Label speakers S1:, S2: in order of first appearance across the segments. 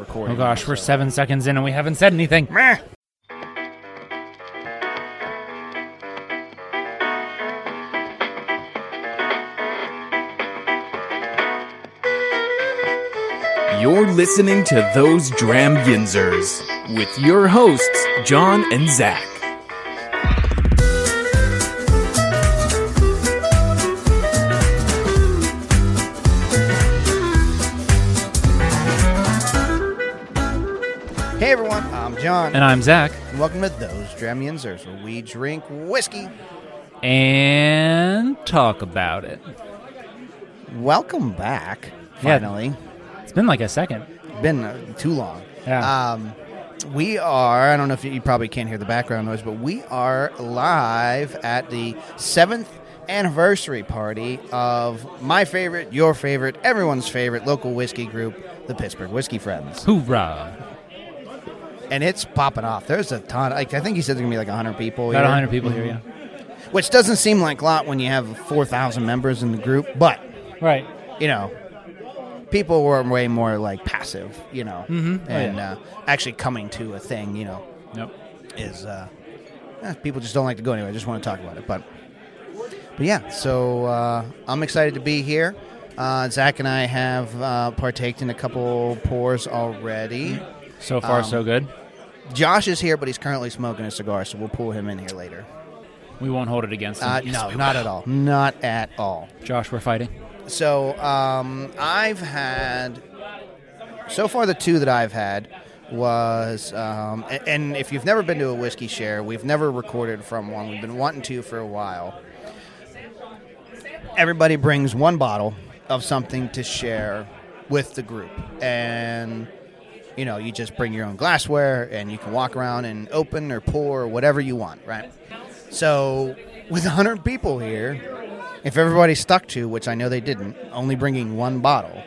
S1: recording.
S2: Oh gosh, we're
S1: so-
S2: seven seconds in and we haven't said anything. Meh.
S3: You're listening to Those Dramyinzers with your hosts, John and Zach.
S1: Hey everyone, I'm John,
S2: And I'm Zach.
S1: and welcome to Those Dramianzers, where we drink whiskey.
S2: And talk about it.
S1: Welcome back,
S2: Yeah.
S1: finally.
S2: It's been like a second.
S1: Been uh, too long.
S2: Yeah.
S1: Um, we are, I don't know if you, you probably can't hear the background noise, but we are live at the seventh anniversary party of my favorite, your favorite, everyone's favorite local whiskey group, the Pittsburgh Whiskey Friends.
S2: Hoorah.
S1: And it's popping off. There's a ton. Like, I think he said there's going to be like 100 people
S2: About
S1: here.
S2: 100 people here, yeah.
S1: which doesn't seem like a lot when you have 4,000 members in the group, but,
S2: Right.
S1: you know, people were way more like passive, you know,
S2: Mhm. Oh,
S1: and
S2: yeah.
S1: uh, actually coming to a thing, you know,
S2: Nope.
S1: is uh, eh, people just don't like to go anywhere. I just want to talk about it, but but yeah, so uh, I'm excited to be here. Uh, Zach and I have uh, partaked in a couple pours already.
S2: So far,
S1: Um,
S2: so good.
S1: Josh is here, but he's currently smoking a cigar, so we'll pull him in here later.
S2: We won't hold it against him.
S1: Uh,
S2: Yes,
S1: no,
S2: we
S1: not
S2: will.
S1: at all. Not at all.
S2: Josh, we're fighting.
S1: So um, I've had so far the two that I've had was um, a- and if you've never been to a whiskey share, we've never recorded from one. We've been wanting to for a while. Everybody brings one bottle of something to share with the group, and you know you just bring your own glassware and you can walk around and open or pour or whatever you want, right? So with 100 people here, if everybody stuck to, which I know they didn't, only bringing one bottle,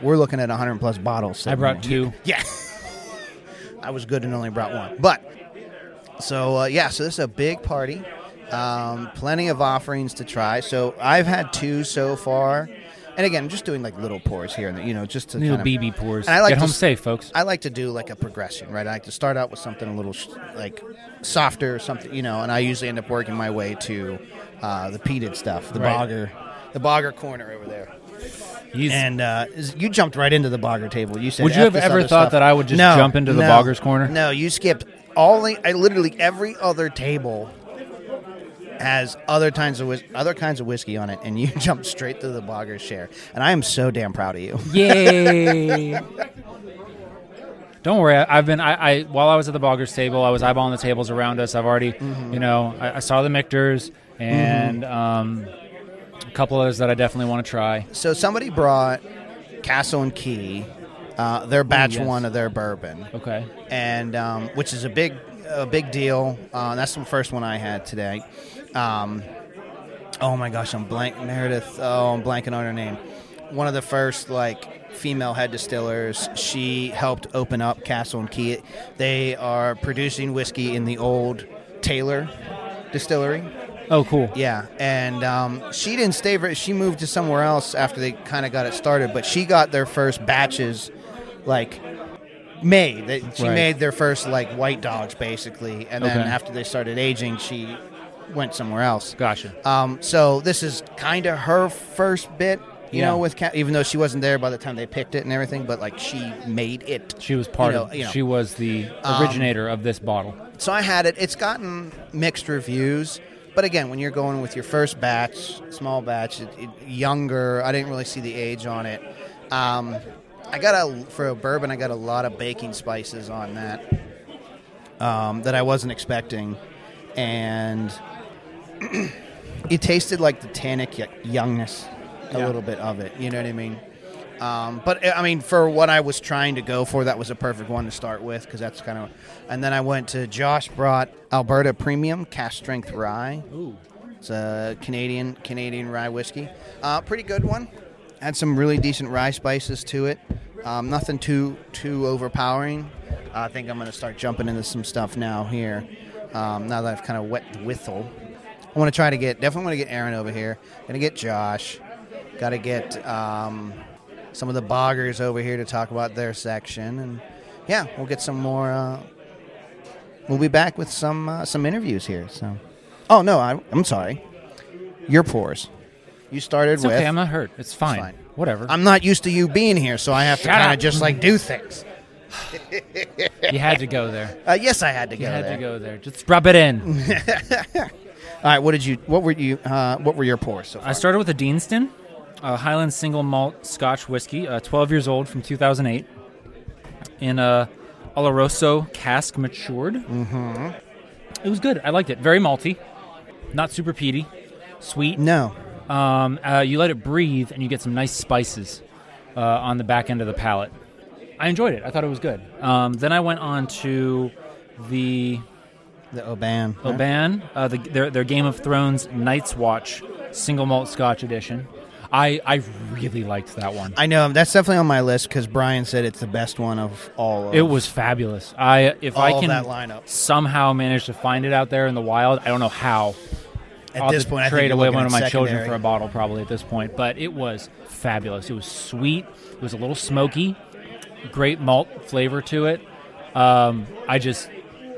S1: we're looking at 100 plus bottles.
S2: I
S1: sitting
S2: brought
S1: there.
S2: two.
S1: Yeah. I was good and only brought one. But, so uh, yeah, so this is a big party. Um, plenty of offerings to try. So I've had two so far. And again, I'm just doing like little pours here and there, you know, just to
S2: Little
S1: kind of-
S2: BB pours.
S1: And I like
S2: Get
S1: to
S2: home
S1: s-
S2: safe, folks.
S1: I like to do like a progression, right? I like to start out with something a little sh- like softer or something, you know, and I usually end up working my way to uh, the peated stuff, the
S2: Right.
S1: bogger, the bogger corner over there.
S2: He's-
S1: And uh, is- you jumped right into the bogger table. You said,
S2: Would you
S1: "F
S2: have
S1: this
S2: ever
S1: other
S2: thought
S1: stuff."
S2: that I would just
S1: No,
S2: jump into the
S1: no,
S2: bogger's corner?
S1: No, you skipped all. The, I literally every other table has other kinds of whis- other kinds of whiskey on it, and you jumped straight to the bogger's share. And I am so damn proud of you.
S2: Yay! Don't worry. I- I've been. I, I while I was at the Boggers table, I was eyeballing the tables around us. I've already,
S1: Mm-hmm.
S2: you know, I, I saw the Mictors and um, a couple others that I definitely want to try.
S1: So somebody brought Castle and Key, uh, their batch
S2: Oh, yes.
S1: one of their bourbon,
S2: Okay.
S1: and um, which is a big a big deal. Uh, that's the first one I had today. Um, oh my gosh, I'm blank Meredith. Oh, I'm blanking on her name. One of the first like female head distillers. She helped open up Castle and Key. They are producing whiskey in the old Taylor distillery.
S2: Oh, cool.
S1: Yeah, and um, she didn't stay. Very, she moved to somewhere else after they kind of got it started. But she got their first batches, like made. They- She
S2: Right.
S1: made their first like white dogs basically, and then
S2: Okay.
S1: after they started aging, she went somewhere else.
S2: Gotcha.
S1: Um, so this is kind of her first bit, you
S2: Yeah.
S1: know, with Ca- even though she wasn't there by the time they picked it and everything, but like she made it.
S2: She was part
S1: You know-
S2: of.
S1: you know.
S2: She was the
S1: Um,
S2: originator of this bottle.
S1: So I had it. It's gotten mixed reviews, but again, when you're going with your first batch, small batch, it, it, younger, I didn't really see the age on it. Um, I got a for a bourbon. I got a lot of baking spices on that um, that I wasn't expecting, and it tasted like the tannic y- youngness a
S2: Yeah.
S1: little bit of it. You know what I mean? Um, but I mean, for what I was trying to go for, that was a perfect one to start with because that's kind of. And then I went to Josh brought Alberta Premium Cast Strength Rye.
S2: Ooh.
S1: It's a Canadian Canadian rye whiskey. Uh, pretty good one. Had some really decent rye spices to it. Um, nothing too too overpowering. I think I'm going to start jumping into some stuff now here. Um, now that I've kind of wet the whistle, I want to try to get definitely want to get Aaron over here. Going to get Josh. Got to get um, some of the boggers over here to talk about their section and yeah, we'll get some more. Uh, we'll be back with some uh, some interviews here. So, oh no, I, I'm sorry. Your pores. You started
S2: It's
S1: with.
S2: okay. I'm not hurt. It's fine.
S1: fine.
S2: Whatever.
S1: I'm not used to you being here, so I have to
S2: Shut
S1: kind
S2: up.
S1: of just like do things.
S2: you had to go there.
S1: Uh, yes, I had to
S2: You
S1: go
S2: had
S1: there.
S2: to go there. Just rub it in.
S1: All right, what did you? What were you? Uh, what were your pours? So far?
S2: I started with a Deanston, a Highland single malt Scotch whiskey, uh, 12 years old from 2008, in a Oloroso cask matured. Mm-hmm. It was good. I liked it. Very malty, not super peaty, sweet.
S1: no.
S2: Um, uh, you let it breathe, and you get some nice spices uh, on the back end of the palate. I enjoyed it. I thought it was good. Um, then I went on to the
S1: The Oban. huh?
S2: Oban, uh, the, their, their Game of Thrones Night's Watch single malt Scotch edition. I, I really liked that one.
S1: I know that's definitely on my list because Brian said it's the best one of all. Of
S2: It was fabulous. I if
S1: All
S2: I
S1: of
S2: can
S1: that lineup.
S2: somehow manage to find it out there in the wild, I don't know how.
S1: at
S2: I'll
S1: this
S2: have to
S1: point. I think
S2: trade
S1: you're
S2: away
S1: looking
S2: one
S1: at
S2: of my children
S1: secondary.
S2: for a bottle probably at this point. But it was fabulous. It was sweet. It was a little smoky. Great malt flavor to it. Um, I just,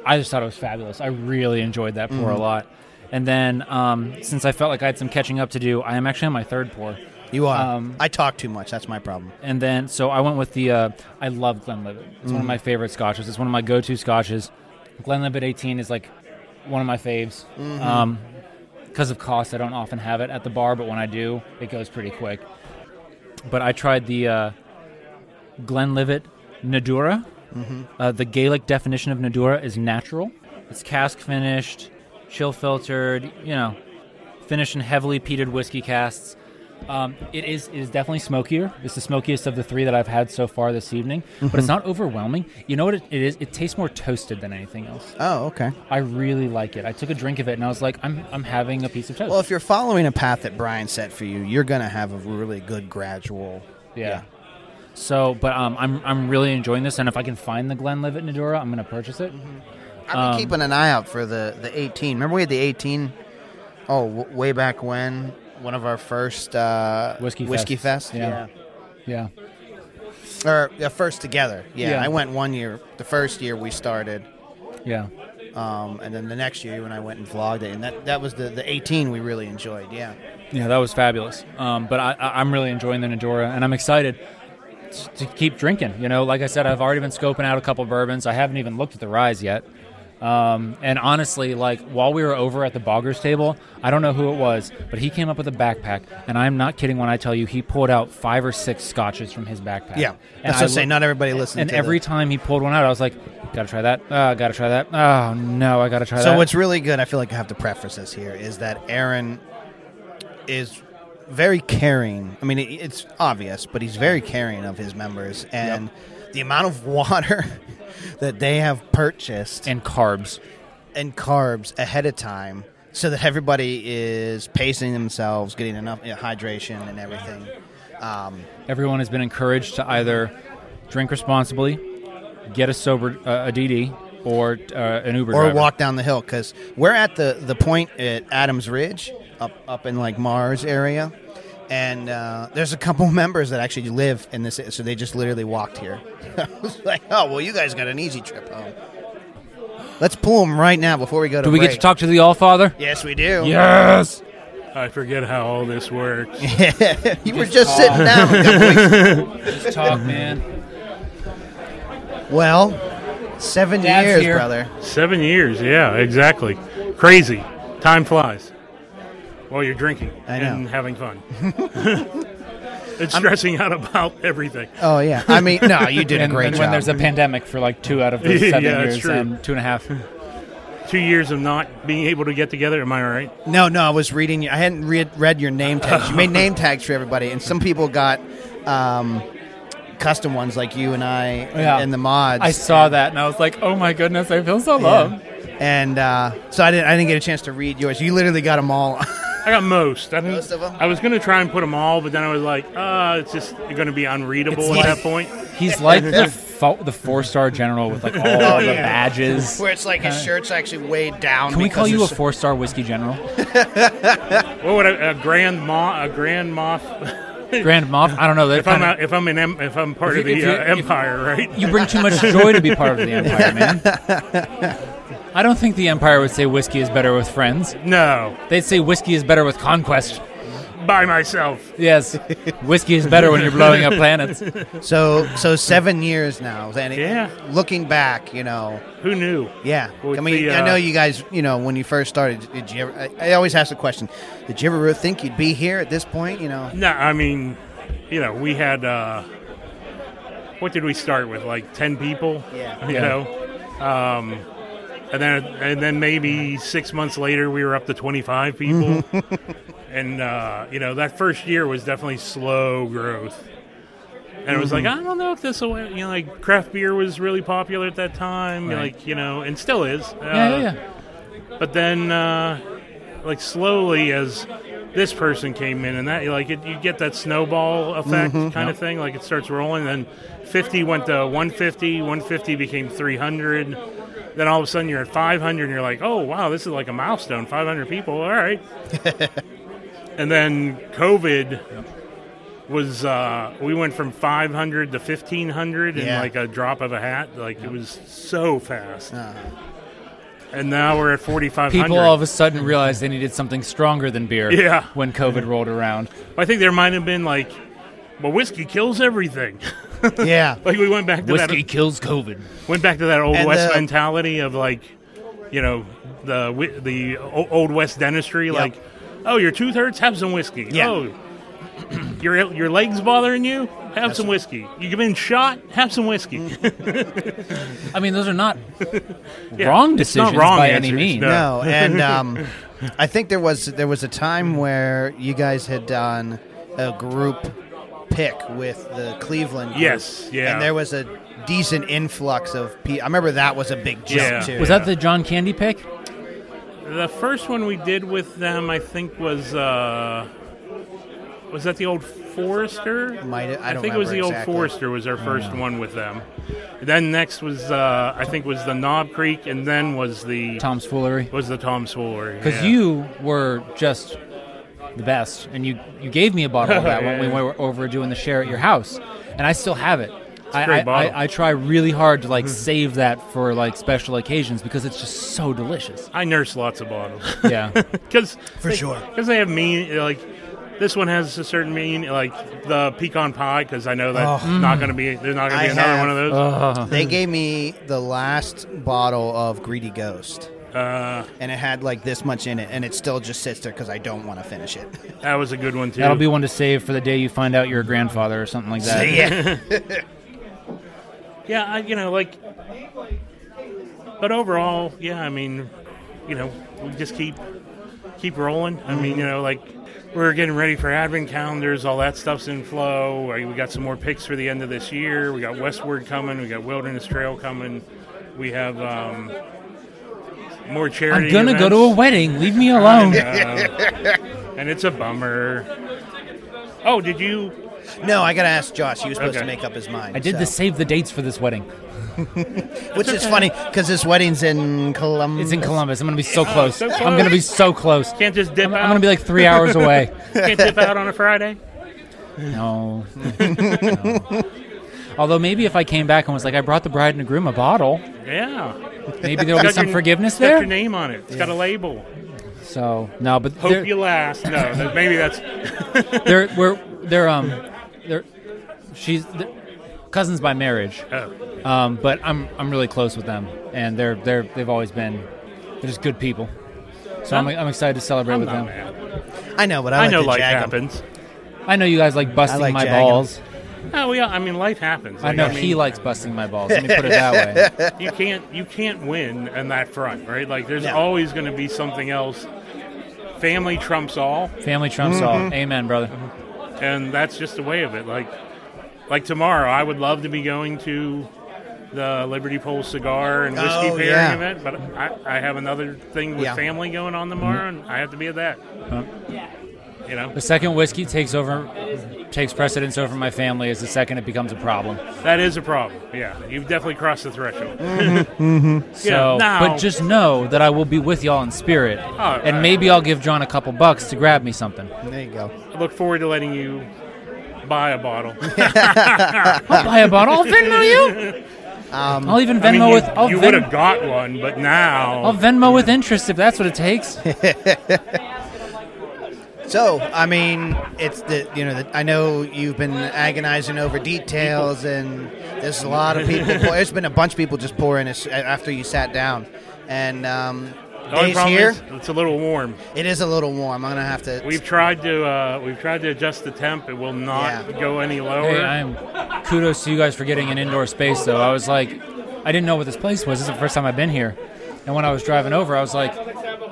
S2: I just thought it was fabulous. I really enjoyed that
S1: Mm-hmm.
S2: pour a lot. And then, um, since I felt like I had some catching up to do, I am actually on my third pour.
S1: You are.
S2: Um,
S1: I talk too much. That's my problem.
S2: And then, so I went with the. Uh, I love Glenlivet. It's one of my favorite scotches. It's one of my go-to scotches. Glenlivet 18 is like one of my faves. Um, because of cost, I don't often have it at the bar, but when I do, it goes pretty quick. But I tried the uh, Glenlivet Nadura. Uh, the Gaelic definition of Nadura is natural. It's cask finished, chill filtered. You know, finished in heavily peated whiskey casks. Um, it is it is definitely smokier. It's the smokiest of the three that I've had so far this evening, but it's not overwhelming. You know what it, it is? It tastes more toasted than anything else.
S1: Oh, okay.
S2: I really like it. I took a drink of it and I was like, I'm I'm having a piece of toast.
S1: Well, if you're following a path that Brian set for you, you're going to have a really good gradual.
S2: yeah. So, but um, I'm I'm really enjoying this, and if I can find the Glenlivet Nadura, I'm gonna purchase it.
S1: I've been
S2: Um,
S1: keeping an eye out for the, the 18. Remember we had the 18? Oh, w- way back when? One of our first uh,
S2: Whiskey
S1: Fest?
S2: Fests. Yeah. Yeah,
S1: Or the first together. Yeah,
S2: Yeah.
S1: I went one year. The first year we started.
S2: yeah.
S1: Um, and then the next year when I went and vlogged it. And that, that was the, the 18 we really enjoyed. Yeah.
S2: Yeah, that was fabulous. Um, but I, I, I'm really enjoying the Nadora, and I'm excited t- to keep drinking. You know, like I said, I've already been scoping out a couple bourbons. I haven't even looked at the rise yet. Um, and honestly, like while we were over at the Boggers table, I don't know who it was, but he came up with a backpack, and I'm not kidding when I tell you he pulled out five or six scotches from his backpack.
S1: Yeah. That's what
S2: and
S1: I'm
S2: I
S1: saying.
S2: lo-
S1: Not everybody listens
S2: And
S1: to
S2: every
S1: the-
S2: time he pulled one out, I was like, "Gotta try that. Uh, gotta try that. Oh no, I gotta try that."
S1: So what's really good, I feel like I have to preface this here, is that Aaron is very caring. I mean, it, it's obvious, but he's very caring of his members, and the amount of water that they have purchased and,
S2: and carbs.
S1: carbs ahead of time, so that everybody is pacing themselves, getting enough you know, hydration and everything. Um,
S2: Everyone has been encouraged to either drink responsibly, get a sober uh, a DD, or uh, an Uber
S1: or
S2: driver.
S1: walk down the hill because we're at the, the point at Adams Ridge up up in like Mars area, and uh, there's a couple members that actually live in this, so they just literally walked here. I was like, oh well, you guys got an easy trip home. Let's pull them right now before we go to.
S2: Do we get
S1: break.
S2: to talk to the All Father?
S1: Yes, we do.
S2: Yes.
S4: I forget how all this works.
S1: you were just sitting down.
S2: Just talk, man.
S1: well, seven
S2: Dad's
S1: years,
S2: here.
S1: brother.
S4: Seven years, yeah, exactly. Crazy. Time flies while you're drinking
S1: I know.
S4: and having fun. it's stressing out about everything.
S1: Oh yeah. I mean, no, you did
S2: And,
S1: a great
S2: and
S1: job.
S2: when there's a pandemic for like two out of the
S4: Yeah,
S2: seven
S4: that's
S2: years,
S4: true.
S2: um, two and a half.
S4: Two years of not being able to get together. Am I all right?
S1: No, no, I was reading. your- I hadn't read, read your name tags. You made name tags for everybody, and some people got um, custom ones like you and I and,
S2: Yeah.
S1: and the mods.
S2: I saw that and I was like, oh my goodness, I feel so loved.
S1: And uh, so I didn't. I didn't get a chance to read yours. You literally got them all.
S4: I got most. I didn't-
S1: Most of 'em?
S4: I was going to try and put them all, but then I was like, uh, it's just going to be unreadable
S2: It's
S4: at
S2: like-
S4: that point.
S2: He's like the fo- the four star general with like all the
S1: yeah.
S2: badges.
S1: Where it's like his shirt's actually weighed down.
S2: Can we call
S1: because
S2: you a
S1: there's so-
S2: four star whiskey general?
S4: What would I, a grand ma, a grand moth?
S2: Grand Moff. I don't know.
S4: If I'm out, if I'm in, em- if I'm part
S2: If
S4: of
S2: you-
S4: the
S2: if you-
S4: uh,
S2: if-
S4: empire, right?
S2: you bring too much joy to be part of the Empire, man. I don't think the Empire would say whiskey is better with friends.
S4: No,
S2: They'd say whiskey is better with conquest.
S4: by myself.
S2: Yes, whiskey is better when you're blowing up planets.
S1: So so seven years now. And it-
S4: Yeah.
S1: Looking back, you know,
S4: Who knew?
S1: yeah.
S4: With
S1: I mean,
S4: the,
S1: I
S4: uh,
S1: know you guys. You know, when you first started, did you ever? I, I always ask the question: Did you ever think you'd be here at this point? You know,
S4: No, I mean, you know, we had uh, what did we start with? Like ten people.
S1: Yeah.
S4: You
S2: Yeah.
S4: know, um, and then and then maybe six months later we were up to twenty five people, and uh, you know that first year was definitely slow growth. And it was
S2: Mm-hmm.
S4: like I don't know if this will, you know, like craft beer was really popular at that time,
S2: Right.
S4: like you know, and still is.
S2: Yeah,
S4: Uh,
S2: yeah, yeah.
S4: but then uh, like slowly as this person came in and that like it, you get that snowball effect kind of thing like it starts rolling then 50 went to 150 150 became 300 then all of a sudden you're at 500 and you're like oh wow this is like a milestone 500 people all right and then covid was uh, we went from 500 to 1500 in
S1: Yeah.
S4: like a drop of a hat like it was so fast and now we're at 4500
S2: People all of a sudden realized they needed something stronger than beer.
S4: Yeah.
S2: When COVID rolled around,
S4: I think there might have been like, well, whiskey kills everything.
S1: yeah.
S4: like we went back to
S2: whiskey
S4: that
S2: kills COVID.
S4: went back to that old
S1: And uh,
S4: west
S1: the-
S4: mentality of like, you know, the wi- the o- old west dentistry. Like, oh, your tooth hurts, have some whiskey.
S1: Yeah.
S4: Oh, your your legs bothering you, have some whiskey. You've been shot, have some whiskey.
S2: I mean, those are not wrong decisions
S4: wrong
S2: by any
S4: answers,
S2: means.
S1: No,
S4: no.
S1: and um, I think there was there was a time where you guys had done a group pick with the Cleveland. Group,
S4: Yes, yeah.
S1: And there was a decent influx of people. I remember that was a big jump
S4: Yeah.
S1: too.
S2: Was
S4: Yeah.
S2: that the John Candy pick?
S4: the first one we did with them, I think, was uh, was that the old Forester?
S1: Might- I don't
S4: think it was the
S1: remember
S4: old
S1: exactly.
S4: Forester was our first one with them. Then next was uh, I think was the Knob Creek, and then was the
S2: Tom's foolery.
S4: was the Tom Swooler.
S2: because
S4: yeah.
S2: you were just the best, and you you gave me a bottle of that when we were over doing the share at your house, and I still have it. I,
S4: great
S2: I,
S4: bottle.
S2: I, I try really hard to like save that for like special occasions because it's just so delicious.
S4: I nurse lots of bottles
S2: Yeah,
S4: because
S1: For sure.
S4: because they have mean like. This one has a certain mean, like the pecan pie, because I know that's not going to be. There's not going
S1: Oh. I
S4: to be another
S1: have- Uh.
S4: one of those.
S1: They gave me the last bottle of Greedy Ghost.
S4: Uh,
S1: And it had like this much in it, and it still just sits there because I don't want to finish it.
S4: that was a good one too.
S2: that'll be one to save for the day you find out you're a grandfather or something like that.
S1: yeah,
S4: Yeah, I, you know, like, but overall, yeah, I mean, you know, we just keep keep rolling. I mean, you know, like we're getting ready for advent calendars, all that stuff's in flow. Uh, We got some more picks for the end of this year. We got Westward coming. We got Wilderness Trail coming. We have um, more charity.
S2: I'm gonna go to a
S4: events. uh,
S2: wedding. Leave me alone.
S4: and it's a bummer. Oh, did you?
S1: no, I gotta ask Josh. He was supposed to
S4: Okay.
S1: make up his mind.
S2: I did
S1: so.
S2: the save the dates for this wedding.
S1: which is funny because his wedding's in Columbus.
S2: It's in Columbus. I'm gonna be so close.
S4: Oh, so
S2: I'm gonna be
S4: close.
S2: so close.
S4: Can't just dip
S2: I'm,
S4: out.
S2: I'm gonna be like three hours away.
S4: can't dip out on a Friday.
S2: No. No. Although maybe if I came back and was like, I brought the bride and the groom a bottle,
S4: Yeah.
S2: maybe there'll be
S4: Got
S2: some
S4: your-
S2: forgiveness
S4: it's Got your
S2: there.
S4: name on it. It's got a label.
S2: So no, but
S4: Hope
S2: they're,
S4: you last. No, that, maybe that's uh,
S2: they're we're they're um they're she's they're cousins by marriage,
S4: oh,
S2: um, but I'm I'm really close with them, and they're they're they've always been they're just good people. So I'm, I'm excited to celebrate
S4: I'm
S2: with
S4: not
S2: them.
S4: mad.
S1: I know, but I,
S4: I
S1: like
S4: know
S1: to
S4: life
S1: jag 'em.
S4: happens.
S2: I know you guys like busting
S1: like
S2: my
S1: jagging 'em.
S2: balls.
S4: Oh, yeah. I mean, life happens.
S2: I
S4: Like,
S2: know
S4: mean,
S2: he likes busting my balls. Let me put it that way.
S4: You can't. You can't win in that front, right? Like, there's
S1: No.
S4: always going to be something else. Family trumps all,
S2: Family trumps all.
S4: Mm-hmm.
S2: Amen, brother.
S4: and that's just the way of it. Like, like tomorrow, I would love to be going to the Liberty Pole cigar and whiskey
S1: Oh,
S4: pairing
S1: yeah.
S4: event, but I, I have another thing with
S1: Yeah. Mm-hmm. Uh-huh.
S4: family going on tomorrow, and I have to be at that. You know,
S2: The second whiskey takes over, takes precedence over my family. Is the second it becomes a problem.
S4: That is a problem. Yeah, you've definitely crossed the threshold.
S2: So,
S4: now-
S2: but just know that I will be with y'all in spirit,
S4: right.
S2: and maybe I'll give John a couple bucks to grab me something.
S1: There you go.
S4: I look forward to letting you buy a bottle.
S2: I'll buy a bottle. I'll Venmo you. I'll even Venmo
S4: I mean, you,
S2: with. I'll,
S4: you
S2: Ven-
S4: would have got one, but now
S2: I'll Venmo with interest if that's what it takes.
S4: Oh,
S1: So, I mean, it's the you know, the, I know you've been agonizing over details, and there's a lot of people. pour, there's been a bunch of people just pouring us uh, after you sat down, and um,
S4: the only
S1: days
S4: problem
S1: here
S4: is it's a little warm.
S1: it is a little warm. I'm gonna have to.
S4: We've tried to uh, we've tried to adjust the temp. It will not
S1: Yeah.
S4: go any lower.
S2: Hey, I'm kudos to you guys for getting an indoor space. Though I was like, I didn't know what this place was. This is the first time I've been here, and when I was driving over, I was like,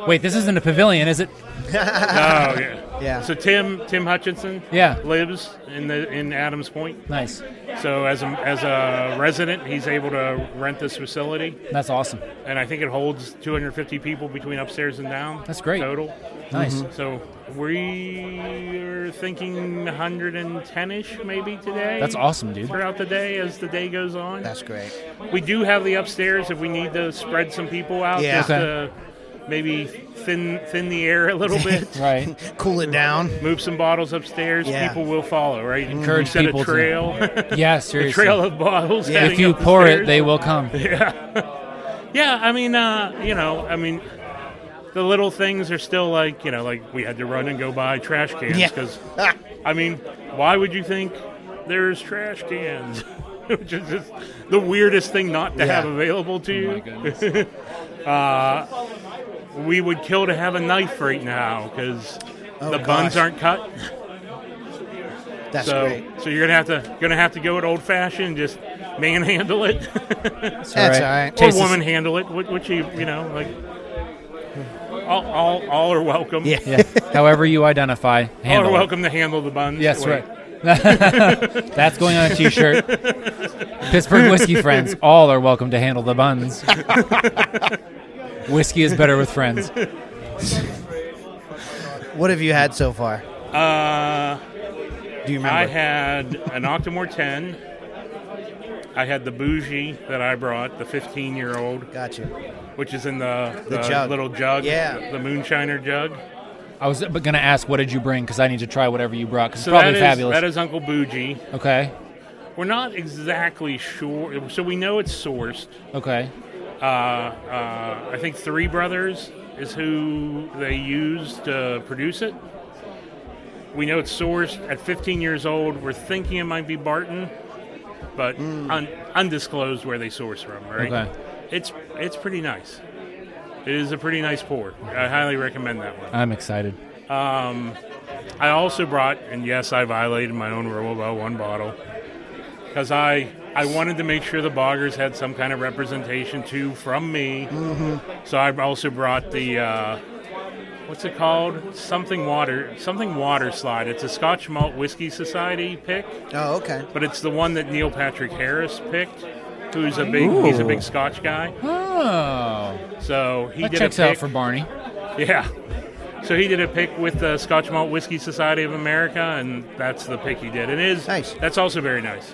S2: wait, this isn't a pavilion, is it?
S4: oh, yeah.
S1: Yeah.
S4: So Tim Tim Hutchinson
S2: Yeah.
S4: lives in the in Adams Point.
S2: Nice.
S4: So as a, as a resident, he's able to rent this facility,
S2: That's awesome.
S4: and I think it holds 250 people between upstairs and down.
S2: That's great.
S4: Total. Mm-hmm.
S2: Nice.
S4: So we are thinking 110-ish maybe today.
S2: That's awesome, dude.
S4: Throughout the day, as the day goes on,
S1: that's great.
S4: we do have the upstairs if we need to spread some people out.
S1: Yeah.
S4: Just to maybe thin thin the air a little bit.
S2: Right.
S1: Cool it down.
S4: Move some bottles upstairs.
S1: Yeah.
S4: People will follow. Right.
S2: Encourage
S4: you set
S2: people
S4: a
S2: to-
S4: trail.
S2: Yeah.
S4: a
S2: Seriously.
S4: trail of bottles.
S2: If
S4: heading
S2: you
S4: up the
S2: pour it,
S4: stairs.
S2: they will come.
S4: Yeah, I mean, uh, you know, I mean, the little things are still like, you know, like we had to run and go buy trash cans
S1: Yeah.
S4: because,
S1: Ah,
S4: I mean, why would you think there's trash cans? Which is just the weirdest thing not to
S1: Yeah. Oh
S4: have available to you. uh, we would kill to have a knife right now because
S1: Oh,
S4: the
S1: gosh.
S4: buns aren't cut.
S1: that's
S4: so,
S1: great.
S4: so you're gonna have to gonna have to go it old fashioned, just manhandle it.
S2: It's
S1: That's all right.
S4: or
S2: Tastes the-
S4: woman handle it, which, which you you know like all, all, all are welcome.
S1: Yeah.
S2: Yeah. However you identify,
S4: all
S2: handle
S4: are
S2: it.
S4: Oh, welcome to handle the buns.
S2: Yes,
S4: Wait.
S2: right. That's going on a T-shirt. Pittsburgh whiskey friends, all are welcome to handle the buns. whiskey is better with friends.
S1: What have you had so far?
S4: Uh,
S1: Do you remember?
S4: I had an Octomore ten. I had the bougie that I brought, the 15 year old,
S1: Got you.
S4: which is in the,
S1: The jug.
S4: little jug,
S1: Yeah.
S4: the moonshiner jug.
S2: I was going to ask, what did you bring? Because I need to try whatever you brought. Because it's
S4: So
S2: probably
S4: that is-
S2: fabulous.
S4: that is Uncle Bougie.
S2: okay.
S4: We're not exactly sure, so we know it's sourced.
S2: Okay.
S4: uh, uh, I think Three Brothers is who they used to produce it. We know it's sourced at 15 years old. We're thinking it might be Barton, but un- undisclosed where they source from. Right?
S2: Okay.
S4: It's it's pretty nice. It is a pretty nice pour. I highly recommend that one.
S2: I'm excited.
S4: I also brought, and yes, I violated my own rule about one bottle because I I wanted to make sure the boggers had some kind of representation too from me.
S2: Mm-hmm.
S4: So I also brought the uh, what's it called? Something water, something water slide. It's a Scotch Malt Whiskey Society pick,
S1: Oh, okay.
S4: but it's the one that Neil Patrick Harris picked, who's a big he's a
S2: Ooh.
S4: big Scotch guy.
S2: Oh,
S4: So he
S2: that
S4: did
S2: checks
S4: a pick.
S2: out for Barney.
S4: Yeah. So he did a pick with the Scotch Malt Whiskey Society of America, and that's the pick he did. It is
S1: Nice.
S4: That's also very nice.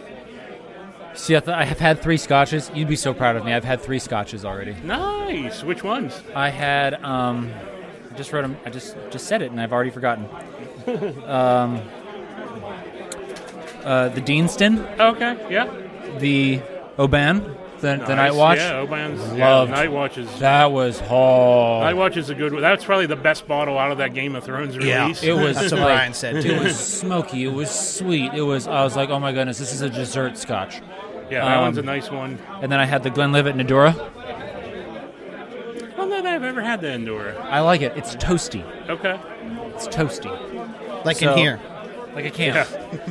S2: See, I, th- I have had three scotches. You'd be so proud of me. I've had three scotches already.
S4: Nice. Which ones?
S2: I had um, I just wrote 'em- I just just said it, and I've already forgotten. um, uh, the Deanston,
S4: Okay. Yeah.
S2: the Oban, the, the Night
S4: Nice.
S2: Watch.
S4: Yeah. Oban's.
S2: Loved
S4: Yeah, Night Watch is.
S2: That was haul.
S4: Night Watch is a good one. That's probably the best bottle out of that Game of Thrones
S1: Yeah.
S4: release.
S2: It was
S1: That's what
S2: like-
S1: Brian said
S2: It
S1: too.
S2: was smoky. It was sweet. It was. I was like, oh my goodness, this is a dessert scotch.
S4: yeah, that
S2: um,
S4: one's a nice one.
S2: And then I had the Glenlivet Nadura.
S4: I don't know that I've ever had the Endura.
S2: I like it. It's toasty.
S4: Okay.
S2: It's toasty,
S1: Like
S2: So-
S1: in here.
S2: like a can.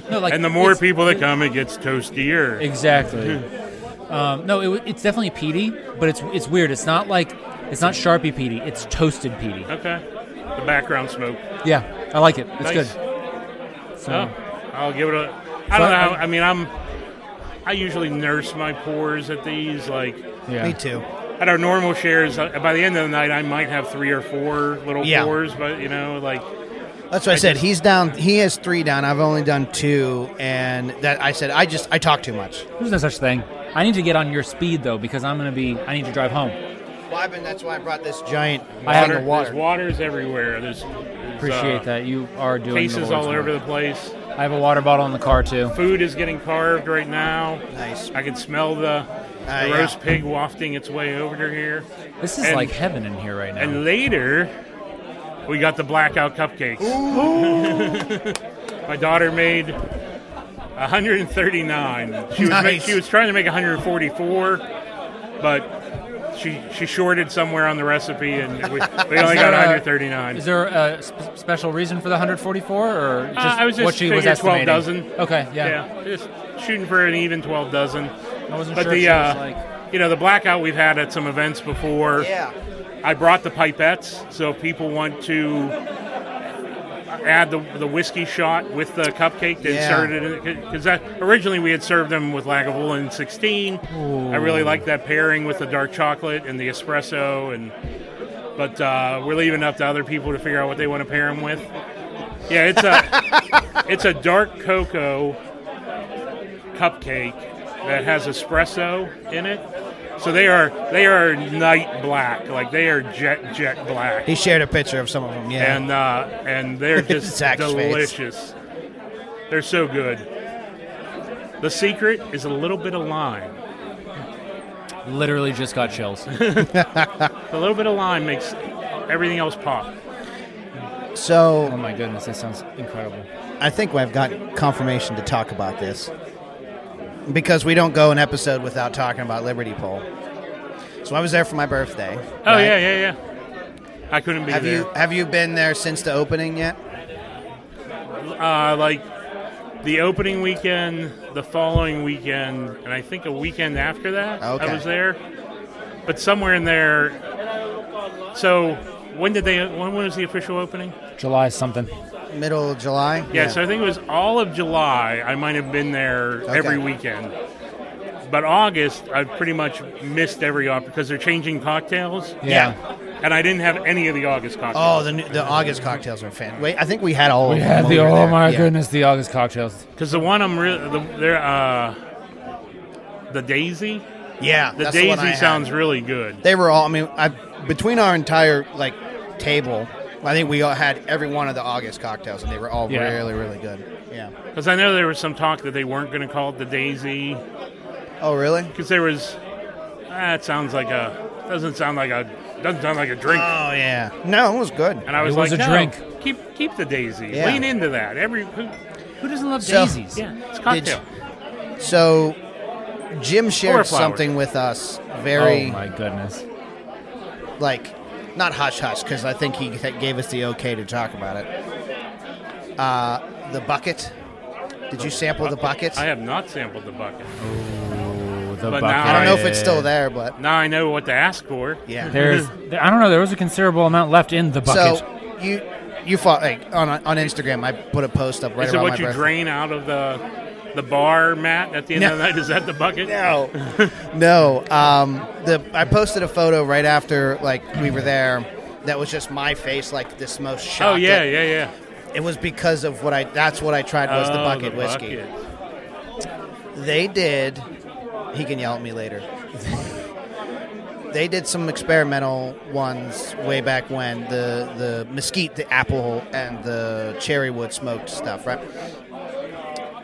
S2: No, like
S4: And the more
S2: it's-
S4: people that come, it gets toastier.
S2: Exactly. um, no, it, it's definitely peaty, but it's it's weird. It's not like it's not sharpie peaty. It's toasted peaty.
S4: okay. The background smoke.
S2: Yeah, I like it. It's
S4: Nice.
S2: good. So,
S4: Oh, I'll give it a.
S2: Um,
S4: I don't
S2: So-
S4: know. How, I mean, I'm. I usually nurse my pours at these. Like
S2: yeah.
S1: Me too.
S4: at our normal shares, uh, by the end of the night, I might have three or four little
S1: Yeah.
S4: pours. But you know, like
S1: That's what I, said. He's down. He has three down. I've only done two, and that I said I just I talk too much.
S2: There's no such thing. I need to get on your speed though because I'm gonna be. I need to drive home.
S1: Well, I've been, that's why I brought this giant
S2: I had
S1: bottle
S4: water,
S1: of
S4: there's waters everywhere. There's, there's,
S2: Appreciate
S4: uh,
S2: that you are doing the
S4: Cases all
S2: Lord's
S4: over
S2: work.
S4: the place.
S2: I have a water bottle in the car too.
S4: Food is getting carved right now.
S1: Nice.
S4: I can smell the, the
S1: Ah, yeah.
S4: roast pig wafting its way over to here.
S2: This is
S4: And-
S2: like heaven in here right now.
S4: And later, we got the blackout cupcakes. My daughter made 139. She was, ma-
S1: Nice.
S4: she was trying to make 144, but she she shorted somewhere on the recipe, and we, we
S2: there
S4: only got
S2: a-
S4: 139.
S2: uh, is there a sp- special reason for the 144, or just
S4: Uh, I was just
S2: what she was
S4: figured 12
S2: estimating?
S4: dozen.
S2: Okay, yeah.
S4: yeah, just shooting for an even 12 dozen.
S2: I wasn't
S4: But
S2: sure. if
S4: the
S2: she was,
S4: uh,
S2: like,
S4: you know the blackout we've had at some events before.
S1: Yeah.
S4: I brought the pipettes, so if people want to add the, the whiskey shot with the cupcake, they
S1: Yeah.
S4: insert it in because that originally we had served them with Lagavulin 16. I really like that pairing with the dark chocolate and the espresso, and but uh, we're leaving up to other people to figure out what they want to pair them with. Yeah, it's a it's a dark cocoa cupcake that has espresso in it. So they are they are night black, like they are jet jet black,
S1: He shared a picture of some of them. Yeah.
S4: and uh, and they're just
S1: Zach's face.
S4: delicious. They're so good. The secret is a little bit of lime.
S2: literally just got chills.
S4: A little bit of lime makes everything else pop.
S2: oh
S1: so
S2: my goodness, that sounds incredible.
S1: I think I've got confirmation to talk about this because we don't go an episode without talking about Liberty Pole. So I was there for my birthday.
S4: Oh yeah, yeah, yeah. I couldn't be
S1: Have
S4: there.
S1: you have you been there since the opening yet?
S4: uh, like the opening weekend, the following weekend, and I think a weekend after that,
S1: Okay.
S4: I was there. But somewhere in there, so when did they? When was the official opening?
S2: July something.
S1: Oh, Middle of July.
S4: Yeah, so I think it was all of July. I might have been there every weekend. But August, I pretty much missed every op because they're changing cocktails,
S1: Yeah.
S4: and I didn't have any of the August cocktails.
S1: Oh, the new- the August cocktails are fan. Wait, I think we had all.
S2: We
S1: of
S2: had
S1: them
S2: the
S1: when we were
S2: oh
S1: there.
S2: my
S1: Yeah.
S2: goodness, the August cocktails.
S1: Oh.
S4: Because the one I'm really, the, they're, uh, the Daisy.
S1: Yeah,
S4: The
S1: that's
S4: Daisy
S1: one I had.
S4: sounds really good.
S1: They were all. I mean, I between our entire like table, I think we all had every one of the August cocktails, and they were all
S2: Yeah.
S1: really, really good. Yeah.
S4: Because I know there was some talk that they weren't going to call it the Daisy
S1: Oh, really?
S4: because there was. Ah, it sounds like a doesn't sound like a doesn't sound like a drink.
S1: Oh, yeah. No, it was good.
S4: and I was
S2: It was
S4: like,
S2: a
S4: no,
S2: drink.
S4: Keep keep the Daisy.
S1: Yeah.
S4: Lean into that. Every who,
S2: Who doesn't love
S1: So-
S2: daisies?
S4: yeah, it's a cocktail.
S1: So, Jim shared
S4: flower.
S1: something with us.
S2: Oh
S1: Very
S2: my goodness.
S1: like, not hush hush because I think he th- gave us the okay to talk about it. Uh, the bucket. Did you sample the bucket?
S4: I have not sampled the bucket.
S2: Oh, the
S4: But now
S2: bucket.
S1: I don't know if it's still there, but
S4: Now I know what to ask for.
S1: yeah.
S2: There's, there- I don't know. There was a considerable amount left in the bucket.
S1: So you you fought like on on Instagram. I put a post up right
S4: Is it
S1: about
S4: what
S1: my
S4: you
S1: birthday.
S4: drain out of the the bar mat at the end
S1: No.
S4: of the night? Is that the bucket?
S1: No, no. Um, the I posted a photo right after like we were there. That was just my face, like this most shocked.
S4: Oh yeah,
S1: It,
S4: yeah, yeah.
S1: it was because of what I. That's what I tried was the
S4: Oh,
S1: bucket whiskey.
S4: bucket.
S1: They did. He can yell at me later. they did some experimental ones way back when the the mesquite, the apple, and the cherry wood smoked stuff, right?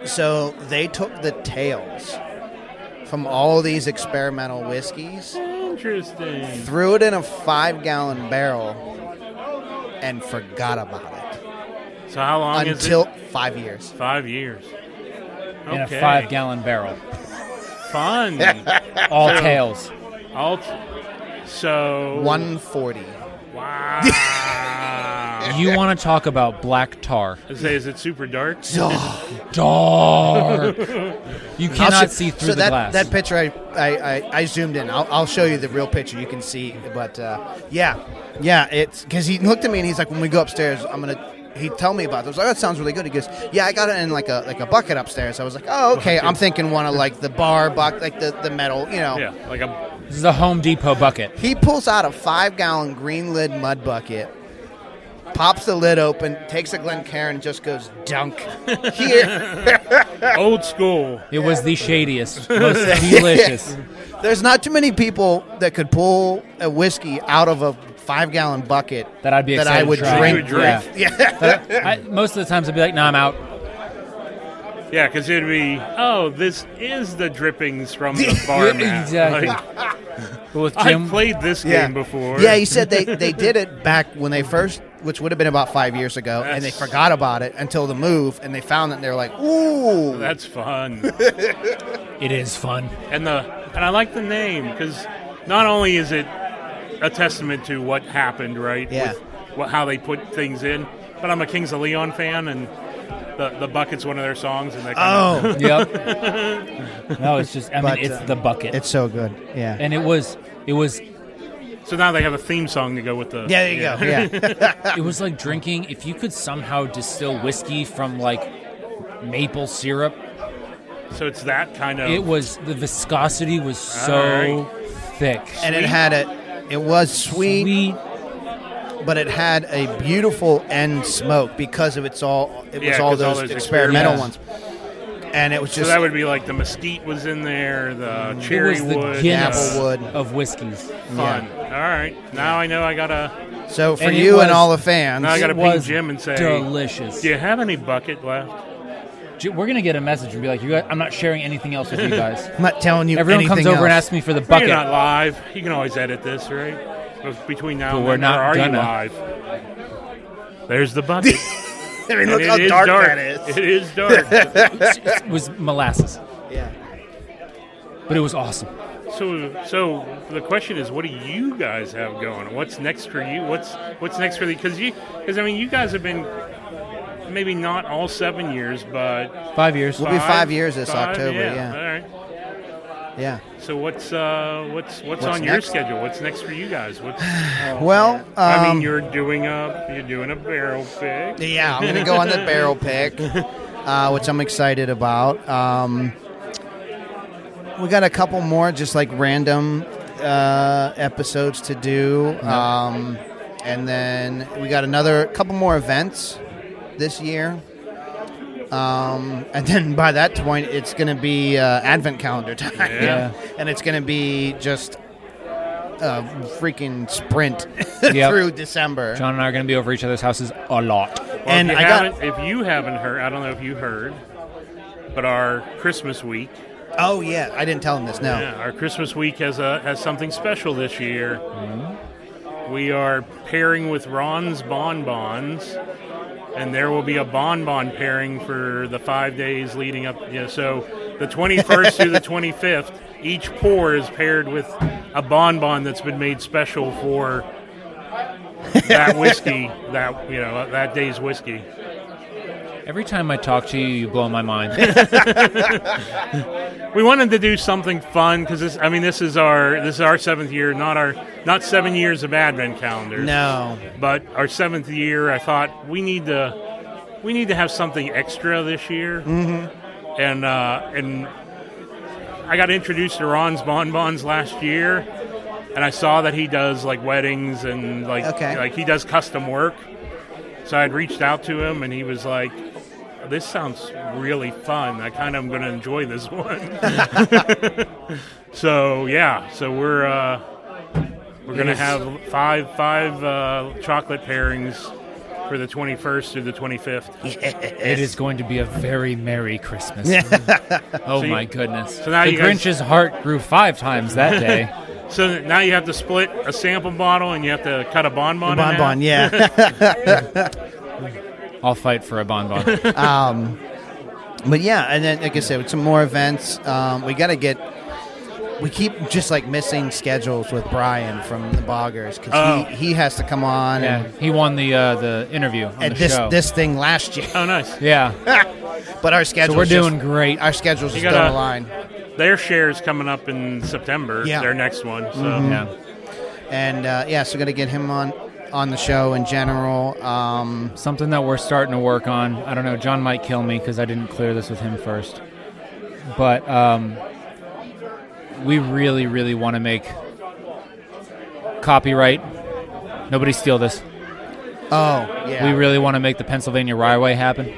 S1: So they took the tails from all these experimental whiskeys,
S4: Interesting.
S1: threw it in a five gallon barrel, and forgot about it
S4: So how long
S1: until
S4: is it?
S1: five years.
S4: Five years. Okay.
S2: in a five-gallon barrel,
S4: Fun.
S2: all tails.
S4: Alt. So
S1: One forty.
S4: Wow.
S2: You want to talk about black tar?
S4: I say, is it super dark?
S2: Dark. You
S1: I'll
S2: cannot
S1: show-
S2: see through
S1: so
S2: the
S1: that,
S2: glass.
S1: That picture I, I, I, I zoomed in. I'll, I'll show you the real picture. You can see, but uh, yeah, yeah. It's because he looked at me and he's like, when we go upstairs, I'm gonna. He tell me about this. I was like, oh, that sounds really good. He goes, yeah, I got it in like a like a bucket upstairs. I was like, oh, okay. I'm thinking one of like the bar bucket, like the the metal, you know.
S4: Yeah, like a.
S2: this is a Home Depot bucket.
S1: He pulls out a five gallon green lid mud bucket, pops the lid open, takes a Glencairn, and just goes dunk here.
S4: Old school.
S2: It was the shadiest, most delicious.
S1: There's not too many people that could pull a whiskey out of a five gallon bucket
S2: That I'd be
S1: that
S2: excited
S1: I would
S2: to try.
S1: drink.
S4: You would drink.
S1: Yeah.
S2: I, most of the times I'd be like, "Nah, I'm out."
S4: Yeah, because it'd be, oh, this is the drippings from the bar mat.
S2: Exactly.
S4: Like,
S2: But with
S4: I
S2: Jim,
S4: played this
S1: yeah.
S4: game before.
S1: Yeah, he said they, they did it back when they first, which would have been about five years ago, and they
S4: That's-
S1: forgot about it until the move, and they found it, and they were like, ooh.
S4: That's fun.
S2: it is fun.
S4: and the and I like the name because not only is it a testament to what happened, right?
S1: Yeah.
S4: With what, how they put things in, but I'm a Kings of Leon fan, and the the bucket's one of their songs, and that kind
S1: oh,
S2: Yep. no, it's just. I mean,
S1: But,
S2: it's
S1: uh,
S2: the bucket,
S1: it's so good. Yeah.
S2: and it was. It was.
S4: of, so now they have a theme song to go with the.
S1: Oh. yeah, there you go. Yeah.
S2: It was like drinking. If you could somehow distill whiskey from like maple syrup,
S4: So it's that kind of.
S2: it was the viscosity was so thick.
S1: and it had a it was sweet,
S2: Sweet.
S1: but it had a beautiful end smoke because of its all it was
S4: Yeah,
S1: all
S4: 'cause all
S1: those
S4: those
S1: experimental
S2: experiments.
S1: ones and it was
S4: so
S1: just
S4: that would be like the mesquite was in there,
S1: Mm.
S4: the
S2: It
S4: cherry
S2: was the
S4: wood,
S2: Guinness
S1: apple wood.
S2: of whiskeys.
S4: fun. All right, now I know I gotta.
S1: so for
S2: and it
S1: you and
S2: was-
S1: all the fans
S4: Now I gotta
S2: It
S4: ping
S2: was
S4: Jim and say,
S2: delicious.
S4: Do you have any bucket left?
S2: J- We're gonna get a message and be like, "You guys, I'm not sharing anything else with you guys."
S1: I'm not telling you
S2: Everyone
S1: anything
S2: comes over and
S1: else.
S2: asks me for the
S4: Bucket.
S2: bucket.
S4: You're not live. You can always edit this, right? But between now
S2: But
S4: and
S2: we're
S4: then,
S2: not
S4: or are
S2: gonna.
S4: you live? There's the bucket.
S1: I mean
S4: And
S1: look
S4: it
S1: how
S4: is
S1: dark, that is
S4: It is dark.
S2: it was molasses,
S1: yeah
S2: but it was awesome.
S4: so, so the question is, what do you guys have going? What's next for you? What's what's next for you? Because you, because I mean, you guys have been maybe not all seven years, but
S2: Five years.
S1: We'll be five years this October, yeah.
S4: All right.
S1: yeah
S4: So what's uh, what's what's,
S1: What's
S4: on your
S1: next?
S4: schedule? What's next for you guys? What's
S1: well um,
S4: I mean, you're doing a you're doing a barrel pick.
S1: yeah I'm gonna go on the barrel pick uh, which I'm excited about um, we got a couple more just like random uh, episodes to do um, and then we got another couple more events this year um, and then by that point it's going to be uh, advent calendar time
S2: Yeah.
S1: and it's going to be just a freaking sprint
S2: Yep.
S1: through december
S2: John and I are gonna be over each other's houses a lot.
S4: Or
S1: And
S4: if
S1: I
S4: you
S1: got-
S4: haven't, if you haven't heard, I don't know if you heard, but our Christmas week,
S1: oh yeah i didn't tell him this no
S4: yeah, our Christmas week has a has something special this year.
S1: Mm-hmm.
S4: We are pairing with Ron's Bonbons, and there will be a bonbon pairing for the five days leading up. Yeah, so the 21st through the 25th, each pour is paired with a bonbon that's been made special for that whiskey, that you know that day's whiskey.
S2: Every time I talk to you, you blow my mind.
S4: we wanted to do something fun because this i mean this is our this is our seventh year not our not seven years of advent calendar
S1: no
S4: but our seventh year i thought we need to we need to have something extra this year mm-hmm. and uh and i got introduced to ron's bonbons last year and i saw that he does like weddings and like
S1: Okay.
S4: like he does custom work so i'd reached out to him and he was like this sounds really fun i kind of am going to enjoy this one so yeah, so we're uh, we're gonna have five five uh, chocolate pairings for the 21st through the 25th.
S2: it is going to be a very merry Christmas. oh
S4: you-
S2: my goodness!
S4: so now
S2: the
S4: you guys-
S2: Grinch's heart grew five times that day.
S4: So now you have to split a sample bottle and you have to cut a bonbon. in half.
S1: bonbon yeah
S2: I'll fight for a bonbon.
S1: But yeah, and then like I said, with some more events, um, we got to get. We keep just like missing schedules with Brian from the Boggers because
S4: Oh.
S1: he, he has to come on
S2: Yeah,
S1: and,
S2: he won the uh, the interview on
S1: and
S2: the
S1: this
S2: show.
S1: this thing last year.
S4: Oh, nice.
S2: yeah,
S1: But our schedules
S2: so we're doing
S1: just,
S2: great.
S1: our schedules just
S4: gotta-
S1: don't align.
S4: Their share is coming up in September.
S1: Yeah. Mm-hmm.
S4: Their next one. So
S2: yeah,
S1: And uh, yeah, so got to get him on on the show in general. Um,
S2: something that we're starting to work on. I don't know. John might kill me because I didn't clear this with him first, but um, we really, really want to make copyright. Nobody steal this.
S1: oh yeah,
S2: We really want to make the Pennsylvania Ryway happen.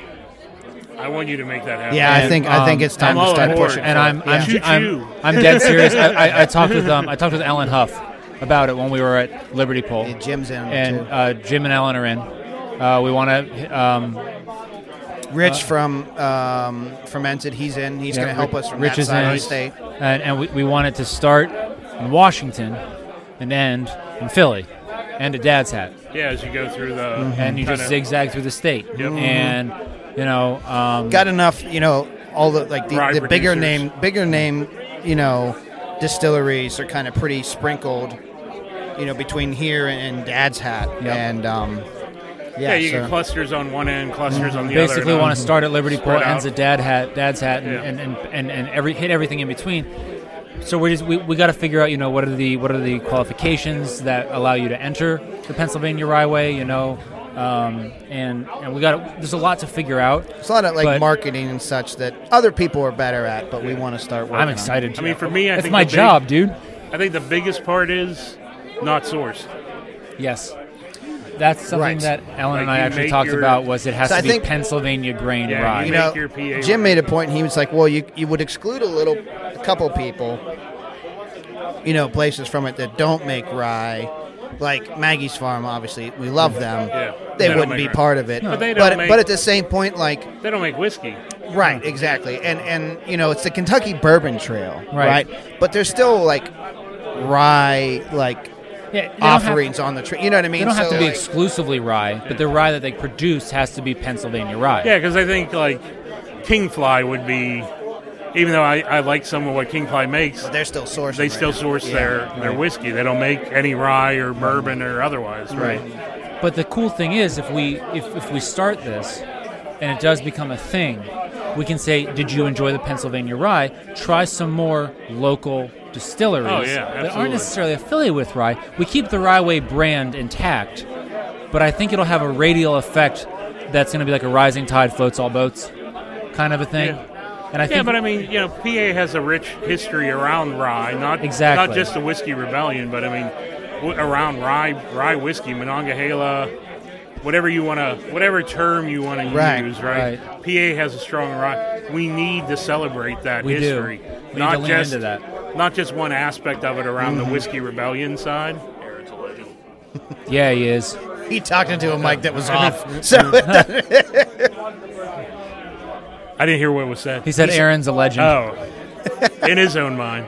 S4: I want you to make that happen.
S1: yeah. I
S2: and,
S1: think I think
S2: um,
S1: it's time
S4: I'm
S1: to
S4: all
S1: start
S4: aboard.
S1: pushing.
S2: and I'm
S1: for it.
S2: I'm,
S1: Yeah.
S2: I'm,
S4: Choo-choo.
S2: I'm dead serious. I, I, I talked with um I talked with Alan Huff about it when we were at Liberty Pole.
S1: Yeah, Jim's in on it,
S2: and
S1: too.
S2: uh, Jim and Alan are in. Uh, we want to um,
S1: Rich from um, Fermented, he's in. He's going to help us from
S2: Rich
S1: that
S2: is
S1: side
S2: in.
S1: of the state.
S2: And, and we, we want it to start in Washington and end in Philly, end at Dad's hat.
S4: Yeah, as you go through the
S1: Mm-hmm.
S2: And you just
S4: kinda-
S2: zigzag through the state.
S4: Yep. Mhm.
S2: And, you know, um,
S1: Got enough, you know, all the like the,
S4: Rye
S1: the bigger
S4: producers.
S1: name, bigger name, you know, distilleries are kind of pretty sprinkled, you know, between here and, and Dad's Hat,
S2: Yep.
S1: and um,
S4: Yeah,
S1: yeah,
S4: you
S1: so- Mm-hmm.
S4: get clusters on one end, clusters on the other.
S2: basically
S4: and
S2: want
S4: I'm-
S2: to start at Liberty
S4: spread
S2: Port,
S4: out.
S2: ends at Dad Hat, Dad's Hat, and,
S4: Yeah.
S2: and, and, and, and every hit everything in between. So we're just, we we got to figure out you know what are the what are the qualifications that allow you to enter the Pennsylvania Rye Way you know. Um, and and we got there's a lot to figure out.
S1: It's a lot of like
S2: But-
S1: marketing and such that other people are better at, but we want to start working.
S2: I'm
S1: on.
S2: excited.
S4: uh, I mean, for me, I
S2: it's
S4: think
S2: my
S4: the big-
S2: job, dude.
S4: I think the biggest part is not sourced.
S2: Yes, that's something
S1: Right.
S2: that Ellen and
S4: Like,
S2: I
S4: you
S2: actually
S4: make
S2: talked
S4: your-
S2: about was it has
S1: So
S2: to
S1: I
S2: be
S1: think-
S2: Pennsylvania grain
S4: Yeah,
S2: rye.
S4: you
S1: You
S4: make
S1: know,
S4: your PA
S1: Jim
S4: work.
S1: made a point. He was like, "Well, you you would exclude a little, a couple people, you know, places from it that don't make rye, like Maggie's Farm. Obviously, we love them.
S4: Yeah.
S1: They
S4: They don't
S1: wouldn't
S4: make
S1: be
S4: rye.
S1: part of it.
S4: But they
S1: but,
S4: don't make-
S1: but at the same point, like
S4: They don't make whiskey.
S1: Right, exactly. And and you know, it's the Kentucky Bourbon Trail,
S2: Right.
S1: right? But there's still like rye like
S2: Yeah, they don't have-
S1: offerings on the trail. You know what I mean?
S2: They don't have
S1: So,
S2: to be
S1: like,
S2: exclusively rye, but the rye that they produce has to be Pennsylvania rye.
S4: Yeah, because I think like Kingfly would be, even though I, I like some of what Kingfly makes,
S1: they're still sourcing.
S4: they
S1: right
S4: still
S1: now.
S4: source
S1: Yeah.
S4: their, their whiskey. They don't make any rye or bourbon or otherwise, right?
S2: But the cool thing is, if we if, if we start this, and it does become a thing, we can say, "Did you enjoy the Pennsylvania rye? Try some more local distilleries
S4: Oh, yeah,
S2: that
S4: absolutely.
S2: aren't necessarily affiliated with rye." We keep the Rye Way brand intact, but I think it'll have a radial effect that's going to be like a rising tide floats all boats kind of a thing. And I
S4: Yeah,
S2: think
S4: but I mean, you know, PA has a rich history around rye, not
S2: Exactly.
S4: not just the whiskey rebellion, but I mean, w- around rye rye whiskey, Monongahela, whatever you want to, whatever term you want to
S1: Right,
S4: use, right?
S2: right.
S4: PA has a strong rye. We need to celebrate that
S2: We do.
S4: history,
S2: We need to
S4: not
S2: lean
S4: just
S2: into that.
S4: not just one aspect of it around
S1: Mm-hmm.
S4: the whiskey rebellion side.
S2: yeah, he is.
S1: He talked into a mic that was off. So it doesn't-
S4: I didn't hear what was said.
S2: He said Aaron's a legend.
S4: "Oh." In his own mind,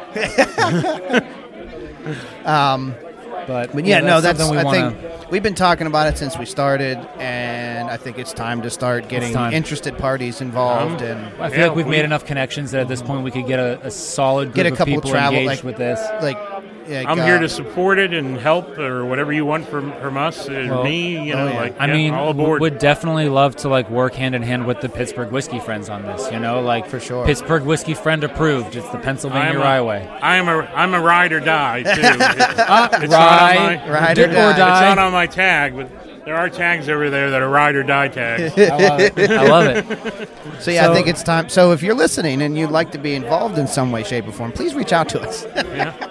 S2: But,
S1: but yeah, no, that's,
S2: something we
S1: I
S2: wanna-
S1: think we've been talking about it since we started, and I think it's time to start getting
S2: time.
S1: interested parties involved and
S2: I feel
S4: Yeah,
S2: like we've
S4: we-
S2: made enough connections that at this point we could get a, a solid group
S1: Get a
S2: of
S1: couple
S2: people
S1: travel,
S2: engaged
S1: like-
S2: with this.
S1: like. like,
S4: I'm here
S1: uh,
S4: to support it and help, or whatever you want from from us, or
S2: Well,
S4: me. You
S1: oh,
S4: know,
S1: yeah.
S4: like
S2: I
S4: yeah,
S2: mean,
S4: all
S2: w-
S4: aboard.
S2: would definitely love to like work hand in hand with the Pittsburgh whiskey friends on this. You know, like
S1: For sure.
S2: Pittsburgh whiskey friend approved. It's the
S4: I
S2: Pennsylvania
S4: am
S2: Rye
S4: a-
S2: Way.
S4: I am a I'm a ride or die too. it's not
S2: Rye,
S4: on my-
S1: Uh, Ride
S2: dip
S1: or die. It's
S2: die.
S4: not on my tag, but there are tags over there that are ride or die tags.
S2: I love it. I love it.
S1: So yeah,
S2: So-
S1: I think it's time. So if you're listening and you'd like to be involved in some way, shape, or form, please reach out to us.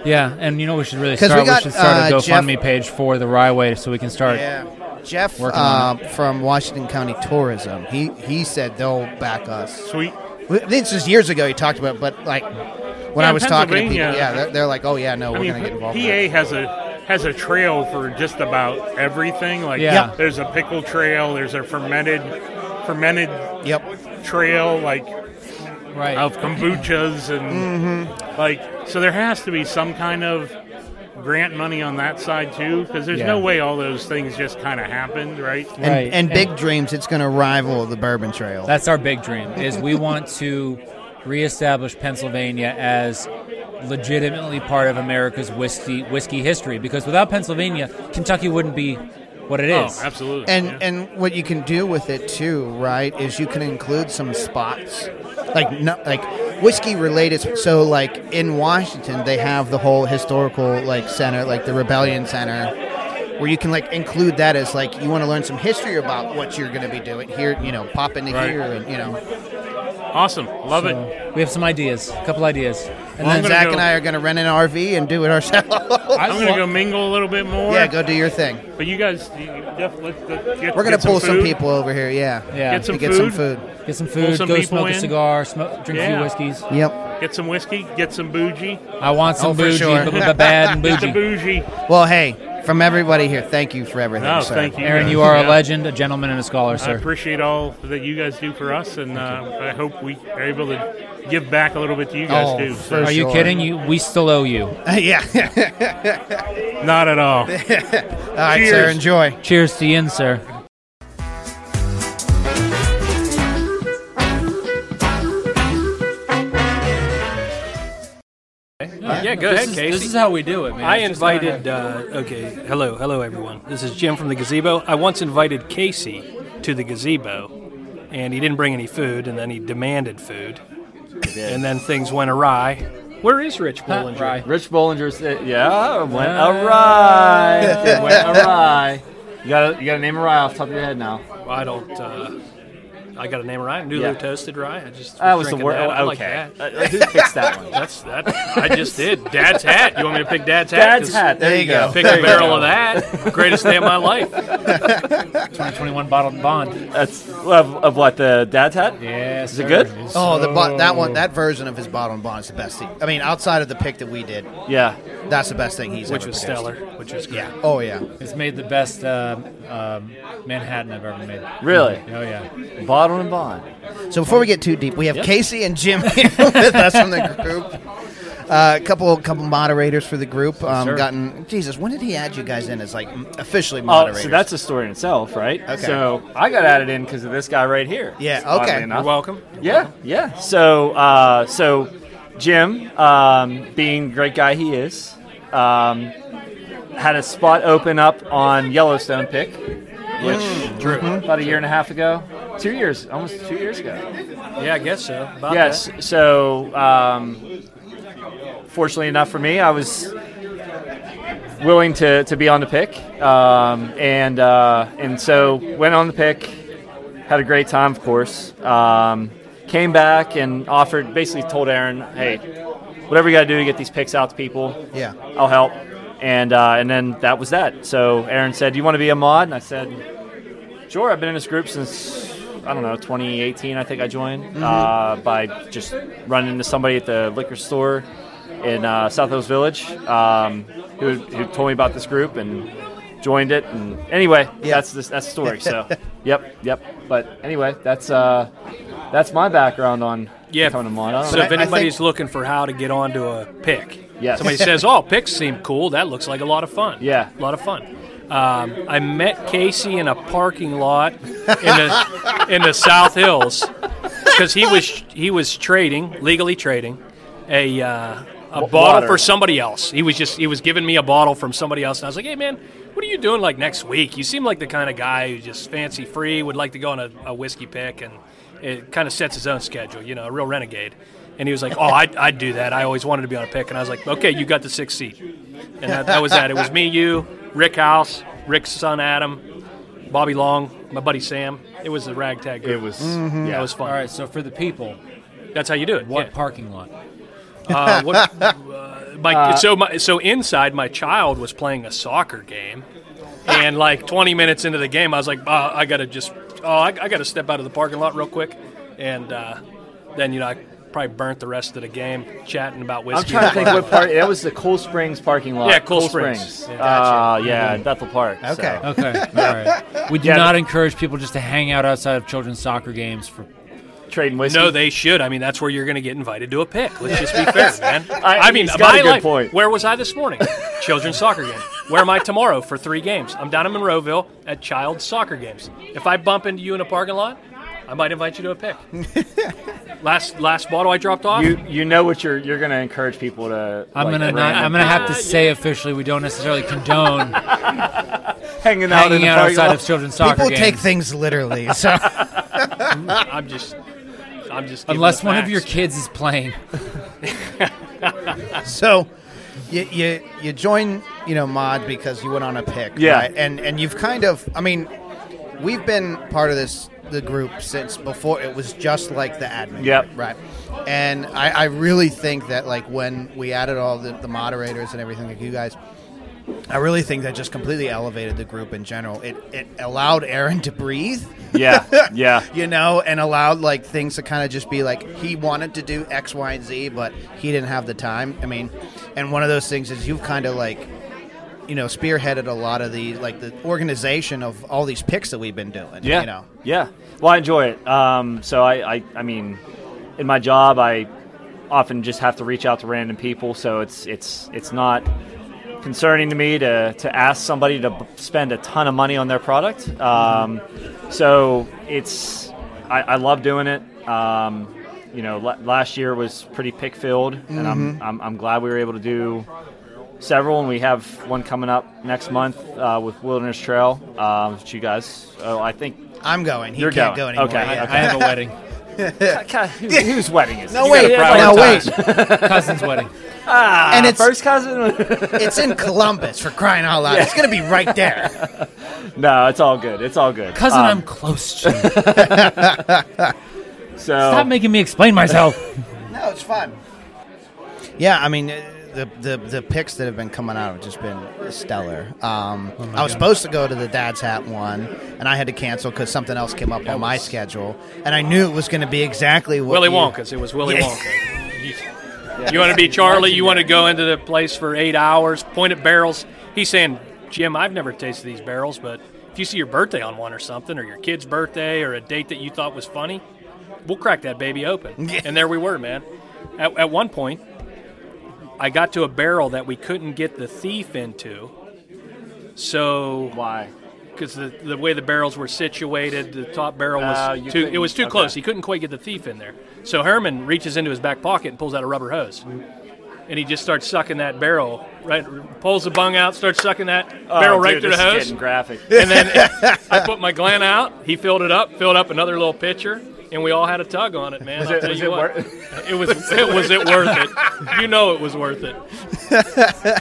S2: Yeah, and you know what we should really
S1: 'Cause we
S2: start. We,
S1: got,
S2: should start a
S1: uh, Jeff-
S2: GoFundMe page for the Rye Way so we can start.
S1: yeah, Jeff
S2: Working on
S1: uh, from Washington County Tourism. He he said they'll back us.
S4: Sweet.
S1: We- This is years ago. He talked about, but like when
S4: Yeah,
S1: I was talking to people,
S4: Pennsylvania.
S1: yeah, they're, they're like, oh yeah, no,
S4: I
S1: we're
S4: mean,
S1: gonna get
S4: PA
S1: involved. in
S4: has a has a trail for just about everything. Like,
S2: Yeah. Yeah.
S4: there's a pickle trail. There's a fermented fermented
S1: that. Yep.
S4: trail like
S2: Right.
S4: of kombuchas and
S1: Mm-hmm.
S4: like so there has to be some kind of grant money on that side too because there's
S2: Yeah.
S4: no way all those things just kind of happened right
S1: And,
S2: Right.
S1: and big dreams, it's going to rival the Bourbon Trail.
S2: That's our big dream is we want to reestablish Pennsylvania as legitimately part of America's whiskey whiskey history because without Pennsylvania, Kentucky wouldn't be what it is.
S4: oh absolutely
S1: and
S4: yeah.
S1: and what you can do with it too, right? Is you can include some spots, like no, like whiskey related. So like in Washington, they have the whole historical like center, like the Rebellion Center, where you can like include that as like you want to learn some history about what you're going to be doing here. You know, pop into
S4: Right.
S1: here and you know.
S4: awesome love
S2: So,
S4: it
S2: we have some ideas, a couple ideas, and
S4: Well, I'm
S1: And
S4: gonna
S1: Zach
S4: go-
S1: and I are going to rent an RV and do it ourselves.
S2: I
S4: i'm gonna
S2: wa-
S4: go mingle a little bit more
S1: yeah, go do your thing.
S4: but you guys you def- let's, let's get,
S1: We're going
S4: get
S1: to pull some
S4: food.
S1: people over here. Yeah,
S2: Yeah.
S4: get some
S1: to get
S4: food
S1: some food.
S2: get some food,
S4: some
S2: go
S4: people
S2: smoke a
S4: in.
S2: cigar, smoke, drink a few
S4: Yeah.
S2: whiskeys.
S1: Yep.
S4: get some whiskey get some bougie
S2: I want some
S1: Oh, for
S2: bougie,
S1: sure.
S2: b- b- b- bad and
S4: get the
S2: bougie.
S4: bougie
S1: Well, hey, From everybody here, thank you for everything.
S4: No,
S1: sir.
S4: thank you.
S2: Aaron,
S4: guys.
S2: you are a
S4: Yeah.
S2: legend, a gentleman, and a scholar,
S4: I
S2: sir.
S4: appreciate all that you guys do for us, and uh, I hope we are able to give back a little bit to you guys
S1: Oh,
S4: too.
S1: for
S2: Are you
S1: sure.
S2: kidding? You, we still owe you.
S1: yeah.
S4: Not at all.
S1: All right, sir.
S4: Cheers.
S1: Enjoy.
S2: Cheers to you, sir.
S5: Yeah, go ahead,
S6: this is,
S5: Casey.
S6: This is how we do it, man.
S5: I
S6: It's just kinda-
S5: invited. Uh, okay, hello, hello, everyone. This is Jim from the gazebo. I once invited Casey to the gazebo, and he didn't bring any food, and then he demanded food, and then things went awry. Where is Rich Bollinger?
S6: Rich Bollinger said, "Yeah, it went awry. It went awry. You got you got to name a rye off the top of your head now.
S5: I don't. Uh, I got a name right. Newly
S6: Yeah.
S5: toasted rye. I just
S6: That was the
S5: drinking
S6: word.
S5: that. I
S6: Okay,
S5: like that.
S6: Uh, uh, who fixed that one?
S5: That's that. I just did. Dad's hat. You want me to pick Dad's hat?
S6: Dad's
S5: 'Cause
S6: hat. There,
S1: There
S6: you
S1: you
S6: go.
S1: go.
S5: Pick
S6: There
S5: a
S6: you
S5: barrel
S6: go.
S5: of that. Greatest day of my life.
S2: 2021 bottled bond.
S6: That's of, of what the dad's hat.
S2: Yes.
S6: Is it good?
S1: Oh, the bo- that one, that version of his bottle and bond is the best thing. I mean, outside of the pick that we did,
S6: Yeah.
S1: that's the best thing he's
S5: Which
S1: ever
S5: was
S1: produced.
S5: stellar. Which was great.
S1: Yeah. Oh yeah.
S2: It's made the best uh, um, Manhattan I've ever made.
S6: Really?
S2: Oh yeah.
S6: Bottle and bond.
S1: So before we get too deep, we have Casey and Jim here with us from the group. Uh, a couple, couple moderators for the group. Um,
S2: Sure.
S1: Gotten Jesus. When did he add you guys in as like m- officially
S6: Oh,
S1: moderators?
S6: so that's a story in itself, right?
S1: Okay.
S6: So I got added in because of this guy right here.
S1: Yeah,
S6: oddly
S1: okay.
S6: enough.
S5: Welcome.
S6: Yeah, yeah. So, uh, so Jim, um, being the great guy he is, um, had a spot open up on Yellowstone Pick, which drew about a year and a half ago, two years, almost two years ago.
S5: Yeah, I guess so. About
S6: Yes. So, um, fortunately enough for me, I was willing to, to be on the pick, um, and uh, and so went on the pick. Had a great time, of course. Um, came back and offered, basically told Aaron, "Hey, whatever you got to do to get these picks out to people,
S1: yeah.
S6: I'll help." And uh, and then that was that. So Aaron said, "Do you want to be a mod?" And I said, "Sure." I've been in this group since I don't know 2018. I think I joined uh, by just running into somebody at the liquor store in uh, South Hills Village um, who, who told me about this group and joined it. And anyway,
S1: Yeah.
S6: that's this, that's the story. So yep, yep. But anyway, that's uh, that's my background on
S5: Yeah.
S6: becoming a mod. I don't
S5: So if
S6: know.
S1: I- I think-
S5: anybody's looking for how to get onto a pick,
S6: Yes.
S5: somebody says, "Oh, picks seem cool. That looks like a lot of fun."
S6: Yeah.
S5: a lot of fun. Um, I met Casey in a parking lot in the in the South Hills because he was he was trading legally trading a. Uh, a
S6: Wa-
S5: bottle
S6: water.
S5: for somebody else. He was just he was giving me a bottle from somebody else, and I was like, "Hey man, what are you doing like next week? You seem like the kind of guy who just fancy free would like to go on a, a whiskey pick, and it kind of sets his own schedule. You know, a real renegade." And he was like, "Oh, I I do that. I always wanted to be on a pick." And I was like, "Okay, you got the sixth seat." And that, that was that. It was me, you, Rick House, Rick's son Adam, Bobby Long, my buddy Sam. It was the ragtag group.
S6: it was
S5: that
S6: yeah,
S5: was fun.
S2: All right. So for the people,
S5: That's how you do it.
S2: what
S5: yeah.
S2: parking lot?
S5: Uh, what, uh, my, so my, so inside, my child was playing a soccer game,
S6: Ah.
S5: and like 20 minutes into the game, I was like, uh, I gotta just, oh, I, I gotta step out of the parking lot real quick, and uh, then you know I probably burnt the rest of the game chatting about whiskey.
S6: I'm trying to think what part. That was the Cool Springs parking lot.
S5: Yeah, Cool Springs.
S6: Yeah,
S5: Yeah. Mm-hmm.
S6: uh, yeah in Bethel Park. so.
S1: Okay.
S2: Okay. All right. We do
S6: Yeah.
S2: not encourage people just to hang out outside of children's soccer games for
S6: Trading whiskey.
S5: No, they should. I mean, that's where you're going to get invited to a pick. Let's just be fair, man.
S6: I-
S5: I, mean,
S6: he's got
S5: my
S6: a good
S5: life.
S6: point.
S5: Where was I this morning? Children's soccer game. Where am I tomorrow for three games? I'm down in Monroeville at child soccer games. If I bump into you in a parking lot, I might invite you to a pick. last last bottle I dropped off.
S6: You you know what you're you're gonna encourage people to.
S2: I'm
S6: like,
S2: gonna not,
S6: random
S2: I'm gonna have to say officially we don't necessarily condone
S6: hanging out
S2: hanging
S6: in the
S2: out
S6: parking
S2: outside
S6: lot.
S2: of children's soccer
S1: People
S2: games
S1: take things literally. So
S5: I'm just. I'm just. giving
S2: unless
S5: the
S2: one of
S5: facts.
S2: your kids is playing.
S1: So you, you you join you know mod because you went on a pick
S6: Yeah.
S1: right? and and you've kind of I mean we've been part of this the group since before it was just like the admin
S6: Yep.
S1: right and I, I really think that like when we added all the, the moderators and everything like you guys I really think that just completely elevated the group in general it it allowed Aaron to breathe
S6: yeah, yeah.
S1: you know, and allowed like things to kind of just be like he wanted to do X, Y, and Z, but he didn't have the time. I mean, and one of those things is you've kind of like you know spearheaded a lot of the like the organization of all these picks that we've been doing.
S6: Yeah.
S1: You know.
S6: Yeah. Well, I enjoy it. Um, so I, I, I mean, in my job, I often just have to reach out to random people. So it's it's it's not concerning to me to, to ask somebody to b- spend a ton of money on their product. Um, so it's I, I love doing it. Um, you know, la last year was pretty pick filled, and
S1: Mm-hmm.
S6: I'm, I'm I'm glad we were able to do several, and we have one coming up next month uh, with Wilderness Trail, um, which you guys, oh, I think
S1: I'm going. He
S6: You're
S1: can't
S6: going.
S1: go anywhere.
S6: Okay.
S1: Yeah.
S2: I have a wedding,
S6: God, who, whose wedding is
S1: No
S6: this?
S1: wait.
S6: You gotta
S1: No
S6: prioritize.
S1: wait.
S2: cousin's wedding.
S1: and it's
S6: Uh, First cousin?
S1: it's in Columbus for crying out loud. It's gonna be right there.
S6: no, it's all good. It's all good.
S2: Cousin,
S6: Um,
S2: I'm close to.
S6: so
S2: Stop making me explain myself.
S1: no, it's fun. Yeah, I mean. uh, The, the, the picks that have been coming out have just been stellar. Um, I was supposed to go to the Dad's Hat one, and I had to cancel because something else came up on my schedule, and I knew it was going to be exactly what
S5: Willy
S1: you-
S5: Wonka's. It was Willy
S1: Yeah.
S5: Wonka. You, you want to be Charlie? You want to go into the place for eight hours, point at barrels? He's saying, Jim, I've never tasted these barrels, but if you see your birthday on one or something, or your kid's birthday, or a date that you thought was funny, we'll crack that baby open.
S1: Yeah.
S5: And there we were, man. At, at one point, I got to a barrel that we couldn't get the thief into. So
S6: why?
S5: because the, the way the barrels were situated, the top barrel
S6: Oh,
S5: was
S6: you
S5: too, it
S6: couldn't-
S5: was too
S6: okay.
S5: close. He couldn't quite get the thief in there. So Herman reaches into his back pocket and pulls out a rubber hose, and he just starts sucking that barrel. Right, pulls the bung out, starts sucking that barrel
S6: Oh,
S5: right
S6: dude,
S5: through the
S6: this is
S5: hose,
S6: getting graphic.
S5: and then I put my gland out. He filled it up, filled up another little pitcher, and we all had a tug on it, man.
S6: Was
S5: I'll
S6: it-
S5: tell
S6: was
S5: you
S6: it
S5: what,
S6: wor-
S5: it was it was it worth it? You know it was worth it.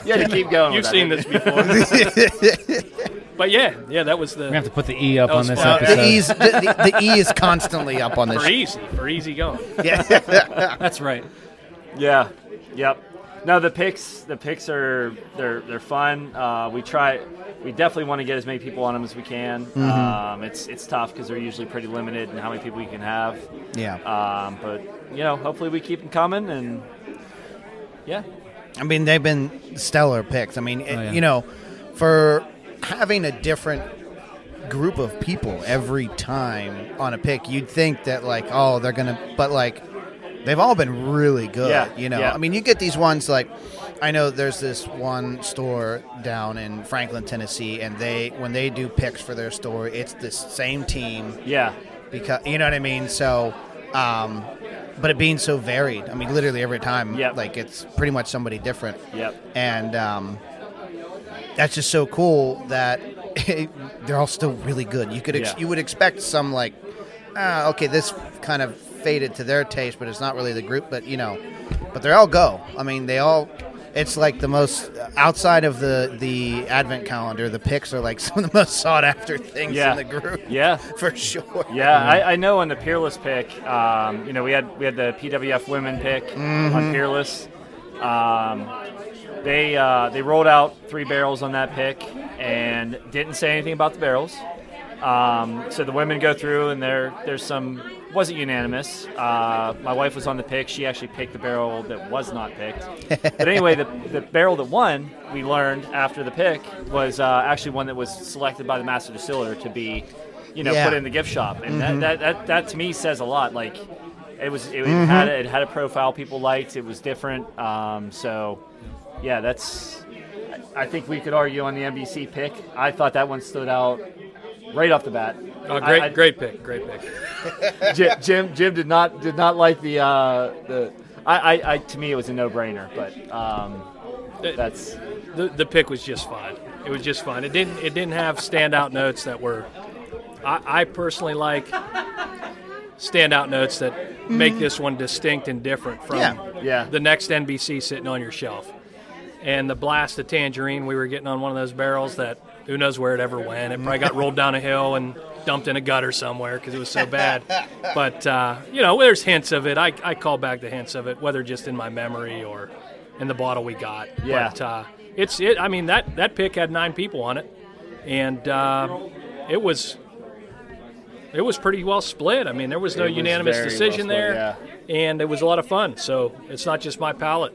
S6: Yeah, to keep going.
S5: You've
S6: with that.
S5: seen this before. But yeah, yeah, that was
S2: We have
S5: the
S2: to put the E up
S5: That
S2: on
S5: was
S2: this
S5: fun.
S1: The,
S2: episode.
S1: E's, the, the, the E is constantly up on this.
S5: for easy, for easy going.
S1: Yeah.
S2: That's right.
S6: Yeah. Yep. No, the picks. The picks are they're they're fun. Uh, we try. We definitely want to get as many people on them as we can.
S1: Mm-hmm.
S6: Um, it's it's tough because they're usually pretty limited in how many people you can have.
S1: yeah.
S6: Um, but you know, hopefully we keep them coming and yeah.
S1: I mean, they've been stellar picks. I mean, it-
S2: yeah.
S1: you know, for having a different group of people every time on a pick, you'd think that like, oh, they're gonna, but like, they've all been really good.
S6: Yeah,
S1: You know,
S6: yeah.
S1: I mean, you get these ones like, I know there's this one store down in Franklin, Tennessee, and they when they do picks for their store, it's the same team
S6: Yeah.
S1: because you know what I mean. So, um, but it being so varied, I mean, literally every time,
S6: Yep.
S1: like it's pretty much somebody different,
S6: Yep.
S1: and um, that's just so cool that they're all still really good. You could ex-
S6: Yeah.
S1: you would expect some like, ah, okay, this kind of faded to their taste, but it's not really the group. But you know, but they all go. I mean, they all. It's like the most outside of the the advent calendar. The picks are like some of the most sought after things
S6: Yeah.
S1: in the group.
S6: Yeah.
S1: for sure.
S6: Yeah, I, I know on the Peerless pick, um, you know, we had we had the PWF women pick on Peerless. Um, they uh, they rolled out three barrels on that pick and didn't say anything about the barrels. Um, so the women go through and there there's some wasn't unanimous. Uh, my wife was on the pick. She actually picked the barrel that was not picked. but anyway, the, the barrel that won, we learned after the pick was uh, actually one that was selected by the master distiller to be, you know,
S1: Yeah.
S6: put in the gift shop, and that, that, that that to me says a lot. Like it was it, had a, it had a profile people liked. It was different. Um, so yeah, that's. I I think we could argue on the NBC pick. I thought that one stood out right off the bat.
S5: Oh,
S6: I-
S5: great,
S6: I-
S5: great pick, great pick.
S6: Jim, Jim Jim did not did not like the uh, the. I, I, I to me it was a no brainer, but um, that's
S5: The, the pick was just fine. It was just fine. It didn't it didn't have standout notes that were. I, I personally like standout notes that make this one distinct and different from
S1: Yeah.
S6: Yeah.
S5: the next NBC sitting on your shelf. And the blast of tangerine we were getting on one of those barrels that who knows where it ever went. It probably got rolled down a hill and dumped in a gutter somewhere because it was so bad. But uh, you know, there's hints of it. I, I call back the hints of it, whether just in my memory or in the bottle we got.
S6: Yeah.
S5: But uh, it's it. I mean that that pick had nine people on it, and uh, it was it was pretty well split. I mean, there was no
S6: It was
S5: unanimous
S6: very well
S5: decision
S6: split,
S5: there, and it was a lot of fun. So it's not just my palate.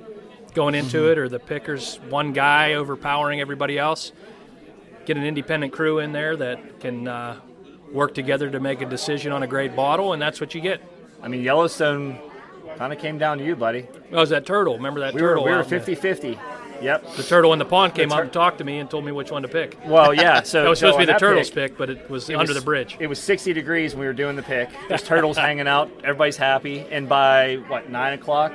S5: going into
S6: Mm-hmm.
S5: it, or the pickers one guy overpowering everybody else. Get an independent crew in there that can uh, work together to make a decision on a great bottle, and that's what you get.
S6: I mean, Yellowstone kind of came down to you, buddy.
S5: Oh, it was that turtle? Remember that
S6: We were
S5: turtle?
S6: we were
S5: out in the-
S6: 50-50. Yep.
S5: The turtle in the pond came
S6: The
S5: up
S6: tur-
S5: and talked to me and told me which one to pick.
S6: Well, yeah. So
S5: That was
S6: so
S5: supposed to be
S6: on
S5: the
S6: that
S5: turtle's
S6: pick,
S5: pick, but it was
S6: it
S5: under
S6: was-
S5: the bridge.
S6: It was 60 degrees when we were doing the pick. There's turtles hanging out. Everybody's happy. And by what nine o'clock,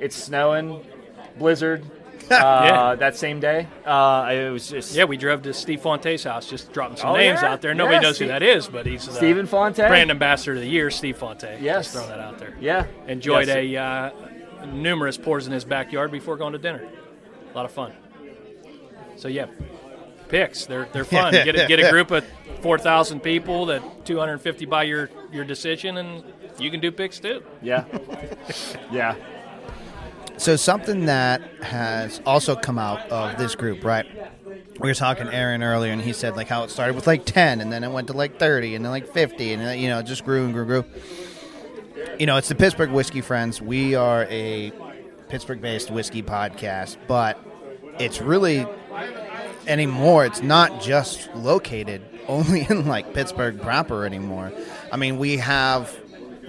S6: it's snowing, blizzard. Uh,
S5: Yeah.
S6: That same day, uh, it was just
S5: Yeah, we drove to Steve Fonte's house, just dropping some
S6: Oh,
S5: names
S6: yeah?
S5: out there. Nobody
S6: Yeah,
S5: knows
S6: Steve-
S5: who that is, but he's the
S6: Stephen Fonte.
S5: brand ambassador of the year, Steve Fonte.
S6: Yes.
S5: Just throwing that out there.
S6: Yeah.
S5: Enjoyed
S6: Yes.
S5: a uh, numerous pours in his backyard before going to dinner. A lot of fun. So yeah, picks they're they're fun. get a, get a group of four thousand people that two hundred and fifty by your your decision, and you can do picks too.
S6: Yeah. yeah.
S1: So something that has also come out of this group, right? We were talking to Aaron earlier, and he said like how it started with like ten, and then it went to like thirty, and then like fifty, and then, you know it just grew and grew, grew. You know, it's the Pittsburgh Whiskey Friends. We are a Pittsburgh-based whiskey podcast, but it's really anymore. It's not just located only in like Pittsburgh proper anymore. I mean, we have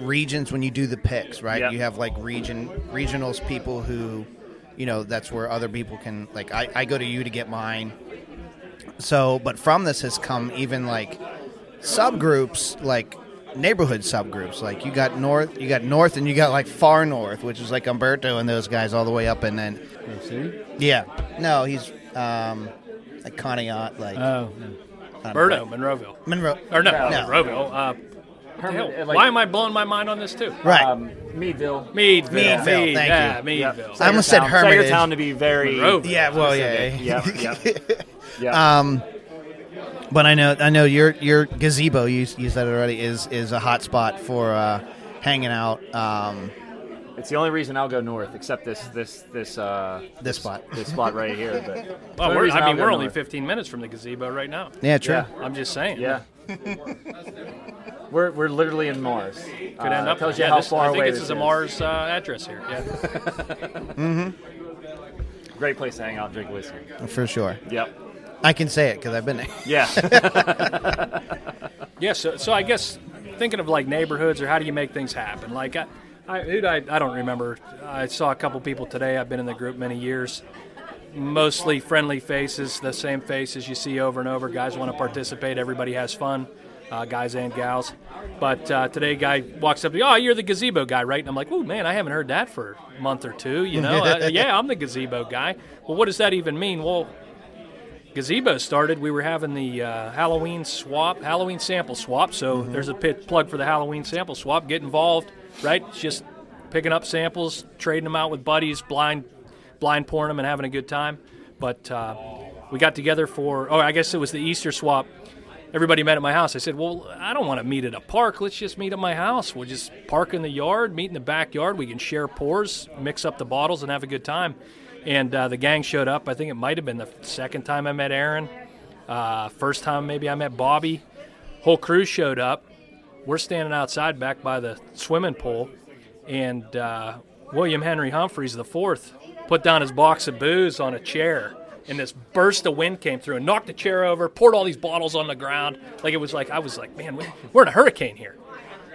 S1: regions when you do the picks, right?
S6: Yep.
S1: You have like region regionals people who, you know, that's where other people can like. I, I go to you to get mine. So, but from this has come even like subgroups, like neighborhood subgroups. Like you got north, you got north, and you got like far north, which is like Umberto and those guys all the way up, and then yeah, no, he's um like Conneaut, like
S2: Oh,
S1: um,
S5: Berto, Monroeville,
S1: Monroe,
S5: or no,
S1: No.
S5: Monroeville. Uh, what the
S6: Herman-
S5: hell?
S6: like-
S5: Why am I blowing my mind on this too?
S1: right?
S6: Um, Meadville.
S5: Meadville.
S1: Meadville, thank you.
S5: yeah,
S6: Yeah.
S5: Meadville.
S1: I almost said
S6: Sagertown.
S1: Hermitage.
S6: Sagertown to be very.
S5: Monroeville.
S1: yeah, well, yeah,
S6: Yeah. Yeah. Yeah.
S1: Um, But I know, I know your your gazebo. You you said it already is is a hot spot for uh, hanging out. Um,
S6: It's the only reason I'll go north, except this this this uh,
S1: this spot.
S6: this spot right here. But
S5: Well,
S6: Only
S5: we're,
S6: reason
S5: I
S6: I'll
S5: mean,
S6: go
S5: we're only
S6: north.
S5: 15 minutes from the gazebo right now.
S1: Yeah, true.
S6: Yeah.
S5: I'm just saying.
S6: Yeah. we're, we're literally in Mars. Could
S5: Could end up.
S6: Uh, tells
S5: yeah,
S6: you how
S5: this,
S6: far
S5: I think
S6: away
S5: this is a
S6: is.
S5: Mars uh, address here. Yeah.
S6: Great place to hang out, and drink whiskey.
S1: for sure.
S6: Yep.
S1: I can say it because I've been there.
S6: Yeah.
S5: Yeah, so, so I guess thinking of like neighborhoods or how do you make things happen? Like, I, I, dude, I, I don't remember. I saw a couple people today. I've been in the group many years. Mostly friendly faces, the same faces you see over and over. Guys want to participate, everybody has fun. Uh, guys and gals, but uh, today a guy walks up to me. Oh, you're the gazebo guy, right? And I'm like, oh man, I haven't heard that for a month or two. You know, uh, yeah, I'm the gazebo guy. Well, what does that even mean? Well, gazebo started, we were having the uh, Halloween swap, Halloween sample swap. So there's a pit plug for the Halloween sample swap. Get involved, right? It's Just picking up samples, trading them out with buddies, blind, blind pouring them, and having a good time. But uh, we got together for oh, I guess it was the Easter swap. Everybody met at my house. I said, "Well, I don't want to meet at a park. Let's just meet at my house. We'll just park in the yard, meet in the backyard. We can share pours, mix up the bottles, and have a good time." And uh, the gang showed up. I think it might have been the second time I met Aaron. Uh, first time maybe I met Bobby. Whole crew showed up. We're standing outside back by the swimming pool, and uh, William Henry Humphreys the fourth put down his box of booze on a chair, and this burst of wind came through and knocked the chair over, poured all these bottles on the ground. Like it was like I was like, man, we- we're in a hurricane here.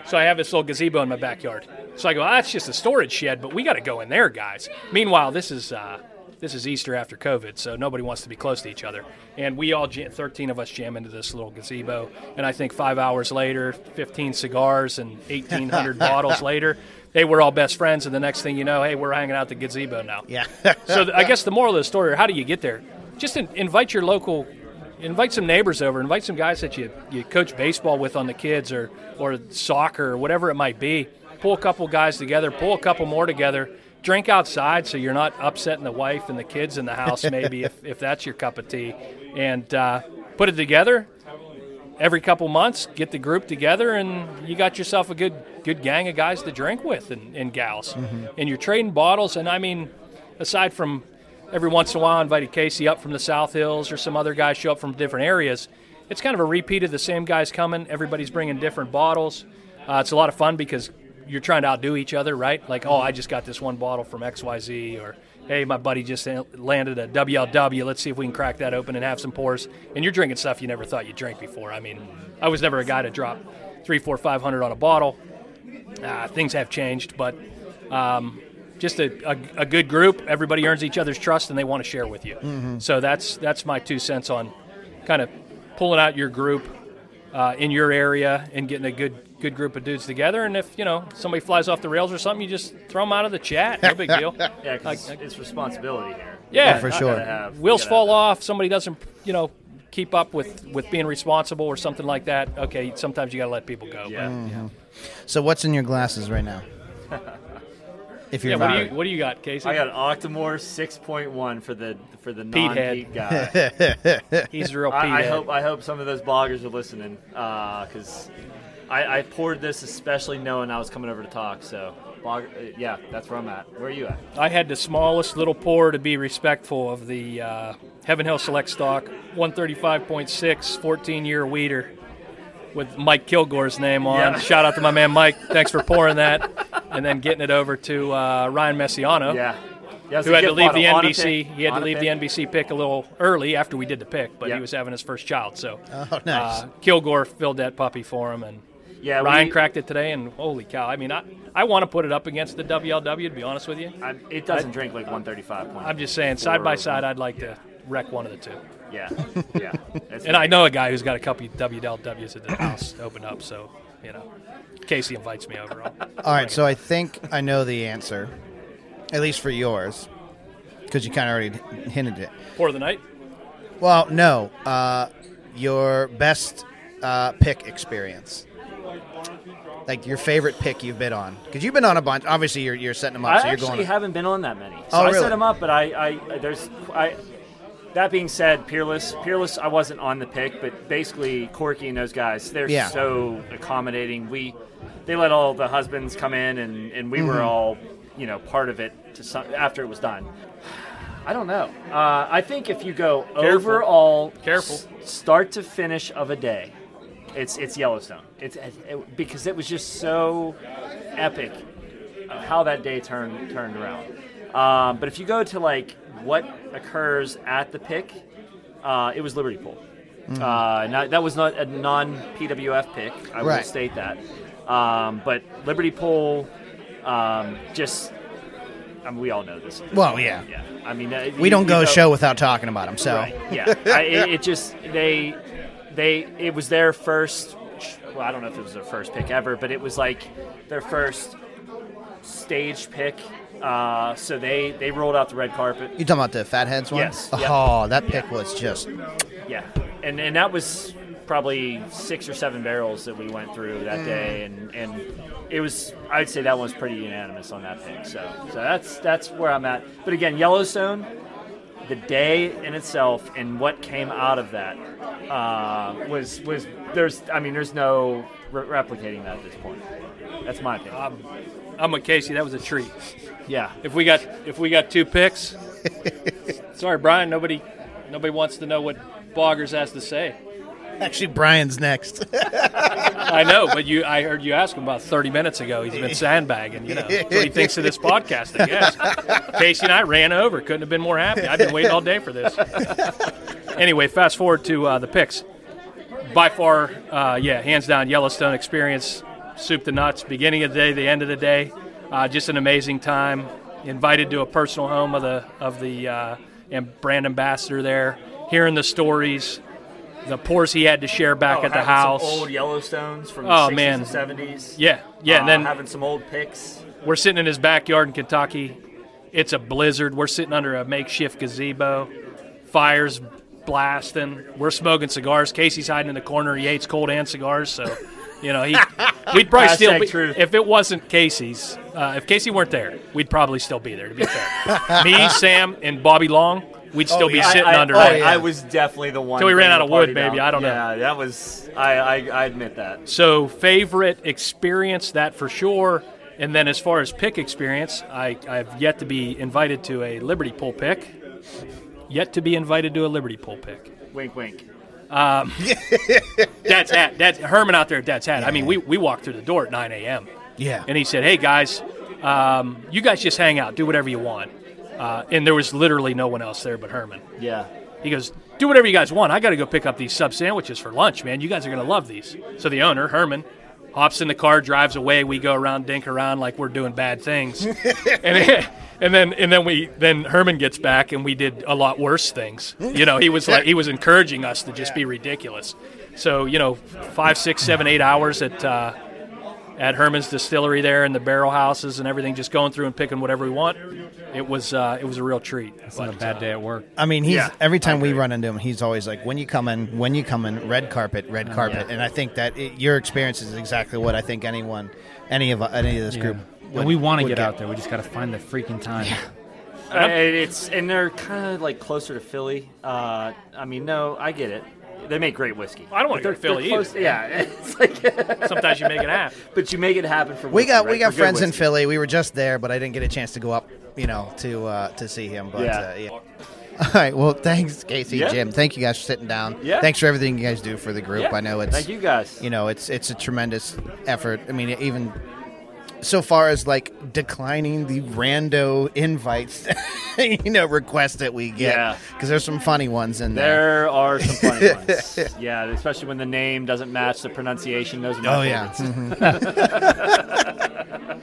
S5: So I have this little gazebo in my backyard. So I go, ah, that's just a storage shed, but we got to go in there, guys. Meanwhile, this is uh, this is Easter after COVID, so nobody wants to be close to each other. And we all, jam, 13 of us, jam into this little gazebo. And I think five hours later, 15 cigars and 1,800 bottles later, hey, we're all best friends. And the next thing you know, hey, we're hanging out at the gazebo now.
S1: Yeah.
S5: so th- I guess the moral of the story, or how do you get there? Just in, invite your local, invite some neighbors over, invite some guys that you, you coach baseball with on the kids or, or soccer or whatever it might be. Pull a couple guys together, pull a couple more together, drink outside so you're not upsetting the wife and the kids in the house, maybe if, if that's your cup of tea, and uh, put it together. Every couple months, get the group together, and you got yourself a good good gang of guys to drink with and, and gals. And you're trading bottles, and I mean, aside from every once in a while I invited Casey up from the South Hills or some other guys show up from different areas, it's kind of a repeat of the same guys coming. Everybody's bringing different bottles. Uh, it's a lot of fun because you're trying to outdo each other, right? Like, oh, I just got this one bottle from XYZ, or hey, my buddy just landed a WLW. Let's see if we can crack that open and have some pours. And you're drinking stuff you never thought you'd drink before. I mean, I was never a guy to drop three, four, five hundred on a bottle. Uh, things have changed, but um, just a, a, a good group. Everybody earns each other's trust, and they want to share with you.
S1: Mm-hmm.
S5: So that's that's my two cents on kind of pulling out your group uh, in your area and getting a good good group of dudes together. And if you know somebody flies off the rails or something, you just throw them out of the chat. No big deal.
S6: Yeah, 'cause it's responsibility here.
S5: Yeah,
S1: for
S6: Not
S1: sure.
S6: gonna have-
S5: wheels
S6: gotta-
S5: fall off somebody doesn't you know keep up with with being responsible or something like that okay sometimes you got to let people go
S6: Yeah.
S1: So what's in your glasses right now? If
S5: yeah
S1: you're
S5: what do
S1: not-
S5: you what do you got casey
S6: I got an Octomore 6.1 for the for the
S5: Pete head.
S6: non-Pete guy.
S5: he's a real pea
S6: I, I
S5: head.
S6: hope I hope some of those bloggers are listening because I, I poured this especially knowing I was coming over to talk. So, blog, uh, yeah, that's where I'm at. Where are you at?
S5: I had the smallest little pour to be respectful of the uh, Heaven Hill Select Stock 135.6 14 year weeder with Mike Kilgore's name on.
S6: Yeah.
S5: Shout out to my man Mike. Thanks for pouring that and then getting it over to uh, Ryan Messiano.
S6: Yeah, yeah it's
S5: who
S6: a
S5: had to
S6: gift
S5: leave the
S6: bottle. On a
S5: NBC.
S6: pick.
S5: He had
S6: On
S5: to
S6: a
S5: leave the
S6: pick.
S5: NBC pick a little early after we did the pick, but
S6: Yeah.
S5: he was having his first child, so
S1: Oh, nice.
S5: uh, Kilgore filled that puppy for him, and
S6: Yeah,
S5: Ryan
S6: we-
S5: cracked it today. And holy cow! I mean, I I want to put it up against the WLW. To be honest with you,
S6: I, it doesn't drink like 135.
S5: I'm just saying, side by side, I'd like to wreck one of the two.
S6: Yeah, yeah. It's-
S5: And I know a guy who's got a couple WLWs at the house to open up, so you know, Casey invites me over. I'll-
S1: All right, so I think I know the answer, at least for yours, because you kind of already hinted it.
S5: pour of the night.
S1: Well, no, uh, your best uh, pick experience, like your favorite pick you've been on, because you've been on a bunch. Obviously, you're you're setting them up,
S6: I
S1: so you're
S6: actually
S1: going.
S6: haven't been on that many. So
S1: Oh,
S6: I
S1: really?
S6: set them up, but I, I there's I. That being said, Peerless, Peerless, I wasn't on the pick, but basically Corky and those guys, they're
S1: Yeah.
S6: so accommodating. We, they let all the husbands come in, and and we
S1: Mm-hmm.
S6: were all, you know, part of it to some, after it was done. I don't know. Uh, I think if you go overall,
S5: Careful.
S6: start to finish of a day, it's it's Yellowstone. It's it, it- because it was just so epic of how that day turned turned around. Um, but if you go to like what occurs at the pick, uh, it was Liberty Pool.
S1: Mm-hmm.
S6: Uh, not, that was not a non PWF pick. I
S1: Right.
S6: will state that. Um, but Liberty Pool, um, just I mean, we all know this.
S1: well, yeah,
S6: Yeah, I mean, uh,
S1: we
S6: you-
S1: don't
S6: you
S1: go a
S6: know-
S1: show without talking about them. So
S6: Right. Yeah, I, it, it just they they it was their first. Well, I don't know if it was their first pick ever, but it was like their first stage pick. Uh, so they they rolled out the red carpet.
S1: you talking about the fatheads one?
S6: Yes, yeah.
S1: Oh, that pick was just
S6: Yeah, and and that was probably six or seven barrels that we went through that day, and and it was I'd say that one was pretty unanimous on that pick. So so that's that's where I'm at. But again, Yellowstone, the day in itself and what came out of that uh, was was there's I mean there's no re- replicating that at this point. That's my opinion.
S5: I'm with Casey. That was a treat.
S6: yeah.
S5: If we got if we got two picks, sorry, Brian. Nobody nobody wants to know what Boggers has to say.
S1: actually Brian's next.
S5: I know, but you I heard you ask him about 30 minutes ago. He's been sandbagging. You know that's what he thinks of this podcast. I guess Casey and I ran over. Couldn't have been more happy. I've been waiting all day for this. anyway, fast forward to uh, the picks. By far, uh, yeah, hands down, Yellowstone experience, soup to nuts. Beginning of the day, the end of the day, uh, just an amazing time. Invited to a personal home of the of the uh, and brand ambassador there, hearing the stories, the pours he had to share back at the house.
S6: Oh, old Yellowstones from
S5: Oh,
S6: the 60s
S5: man.
S6: and 70s.
S5: Yeah, yeah, and
S6: Uh,
S5: then-
S6: having some old picks.
S5: We're sitting in his backyard in Kentucky. It's a blizzard. We're sitting under a makeshift gazebo. Fires blasting. We're smoking cigars. Casey's hiding in the corner. He hates cold and cigars, so you know he. We'd probably still
S6: Hashtag
S5: be,
S6: truth.
S5: if it wasn't Casey's. Uh, if Casey weren't there, we'd probably still be there. To be fair, me, Sam, and Bobby Long, we'd still be
S1: yeah.
S5: sitting
S6: I, I-
S5: under.
S6: oh,
S5: that.
S1: yeah.
S6: I was definitely the one.
S5: Till we ran
S6: bringing
S5: out
S6: the
S5: of wood,
S6: party
S5: baby.
S6: down.
S5: I don't know.
S6: Yeah, that was. I, I, I admit that.
S5: So favorite experience that for sure. And then as far as pick experience, I, I've yet to be invited to a Liberty Pool pick. Yet to be invited to a Liberty Pool pick.
S6: Wink, wink.
S5: Dad's hat. Dad's Herman out there at Dad's hat. I mean, we, we walked through the door at 9 a.m.
S1: yeah,
S5: And he said, hey, guys, um, you guys just hang out. Do whatever you want. Uh, and there was literally no one else there but Herman.
S6: Yeah.
S5: He goes, "Do whatever you guys want. I got to go pick up these sub sandwiches for lunch, man. You guys are gonna love these." So the owner, Herman, hops in the car, drives away. We go around, dink around like we're doing bad things, and, and then and then we then Herman gets back, and we did a lot worse things. You know, he was like he was encouraging us to just be ridiculous. So you know, five, six, seven, eight hours at. Uh, at Herman's Distillery there, and the barrel houses and everything, just going through and picking whatever we want. It was uh, it was a real treat.
S2: It's not a
S5: But,
S2: bad
S5: uh,
S2: day at work.
S1: I mean, he's
S5: Yeah,
S1: every time we run into him, he's always like, "When you coming? When you coming? Red carpet, red carpet." And I think that it, your experience is exactly what I think anyone, any of any of this group,
S2: And
S1: would-
S2: we want to
S1: would
S2: get out there. We just got to find the freaking time.
S6: Uh, it's and they're kind of like closer to Philly. Uh, I mean, no, I get it. They make great whiskey.
S5: I don't wanna go to Philly either.
S6: close- Yeah, it's like,
S5: Sometimes you make it happen.
S6: but you make it happen for.
S1: We
S6: whiskey,
S1: got
S6: right?
S1: we got
S6: For good
S1: friends in
S6: whiskey.
S1: Philly. We were just there, but I didn't get a chance to go up, you know, to uh, to see him. But
S6: Yeah.
S1: Uh, yeah. All right. Well, thanks, Casey,
S6: Yeah.
S1: Jim. Thank you guys for sitting down.
S6: Yeah.
S1: Thanks for everything you guys do for the group.
S6: Yeah.
S1: I know it's
S6: Thank you guys.
S1: you know it's it's a tremendous effort i mean even so far as like declining the rando invites you know requests that we get
S6: Yeah.
S1: because there's some funny ones in there,
S6: There are some funny ones. Yeah, especially when the name doesn't match the pronunciation. Those are my
S1: oh yeah
S6: favorites.
S1: mhm.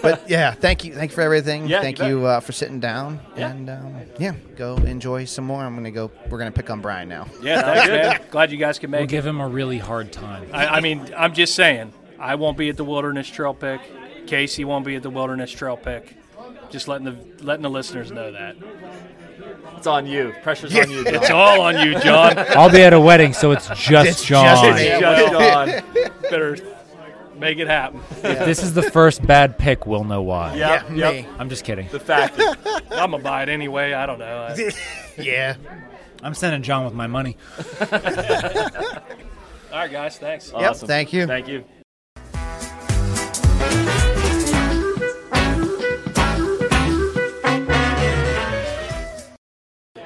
S1: but yeah thank you thank you for everything
S6: Yeah, you
S1: thank
S6: bet.
S1: you uh, for sitting down
S6: Yeah.
S1: and um, yeah go enjoy some more i'm gonna go we're gonna pick on brian now
S5: Yeah, thanks, man. Glad you guys can
S2: We'll
S5: make it.
S2: give him a really hard time.
S5: I, I mean, I'm just saying, I won't be at the Wilderness Trail pick. Casey won't be at the Wilderness Trail pick. Just letting the letting the listeners know that
S6: It's on you. Pressure's on you. John.
S5: it's all on you, John.
S2: I'll be at a wedding, so it's just
S1: It's
S2: John.
S1: just me.
S6: It's
S5: Yeah,
S6: just John.
S5: Better make it happen.
S2: If this is the first bad pick, we'll know why.
S6: Yep,
S1: yeah
S6: yep.
S1: me.
S2: I'm just kidding.
S6: The fact.
S5: I'm gonna buy it anyway. I don't know. I-
S1: yeah
S2: I'm sending John with my money.
S5: all right, guys, thanks.
S1: Yep,
S6: Awesome.
S1: thank you.
S6: Thank you.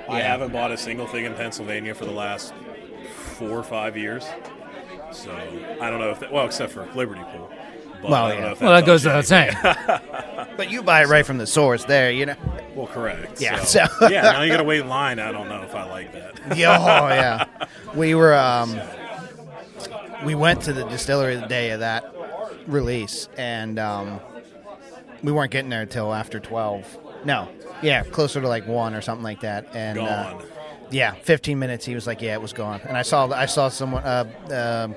S7: I haven't bought a single thing in Pennsylvania for the last four or five years. So I don't know if that, well, except for Liberty Pool. But
S1: Well,
S7: I don't
S1: yeah.
S7: know if
S2: Well, that goes
S7: helps
S2: without saying.
S1: but you buy it right from the source there you know
S7: you. Well, correct.
S1: Yeah,
S7: So,
S1: so-
S7: yeah. Now you got to wait in line. I don't know if I like that.
S1: Yeah, oh yeah. We were um, we went to the distillery the day of that release, and um, we weren't getting there till after twelve. No, yeah, closer to like one or something like that. And uh,
S7: Gone.
S1: yeah, fifteen minutes. He was like, "Yeah, it was gone." And I saw I saw someone. Uh, um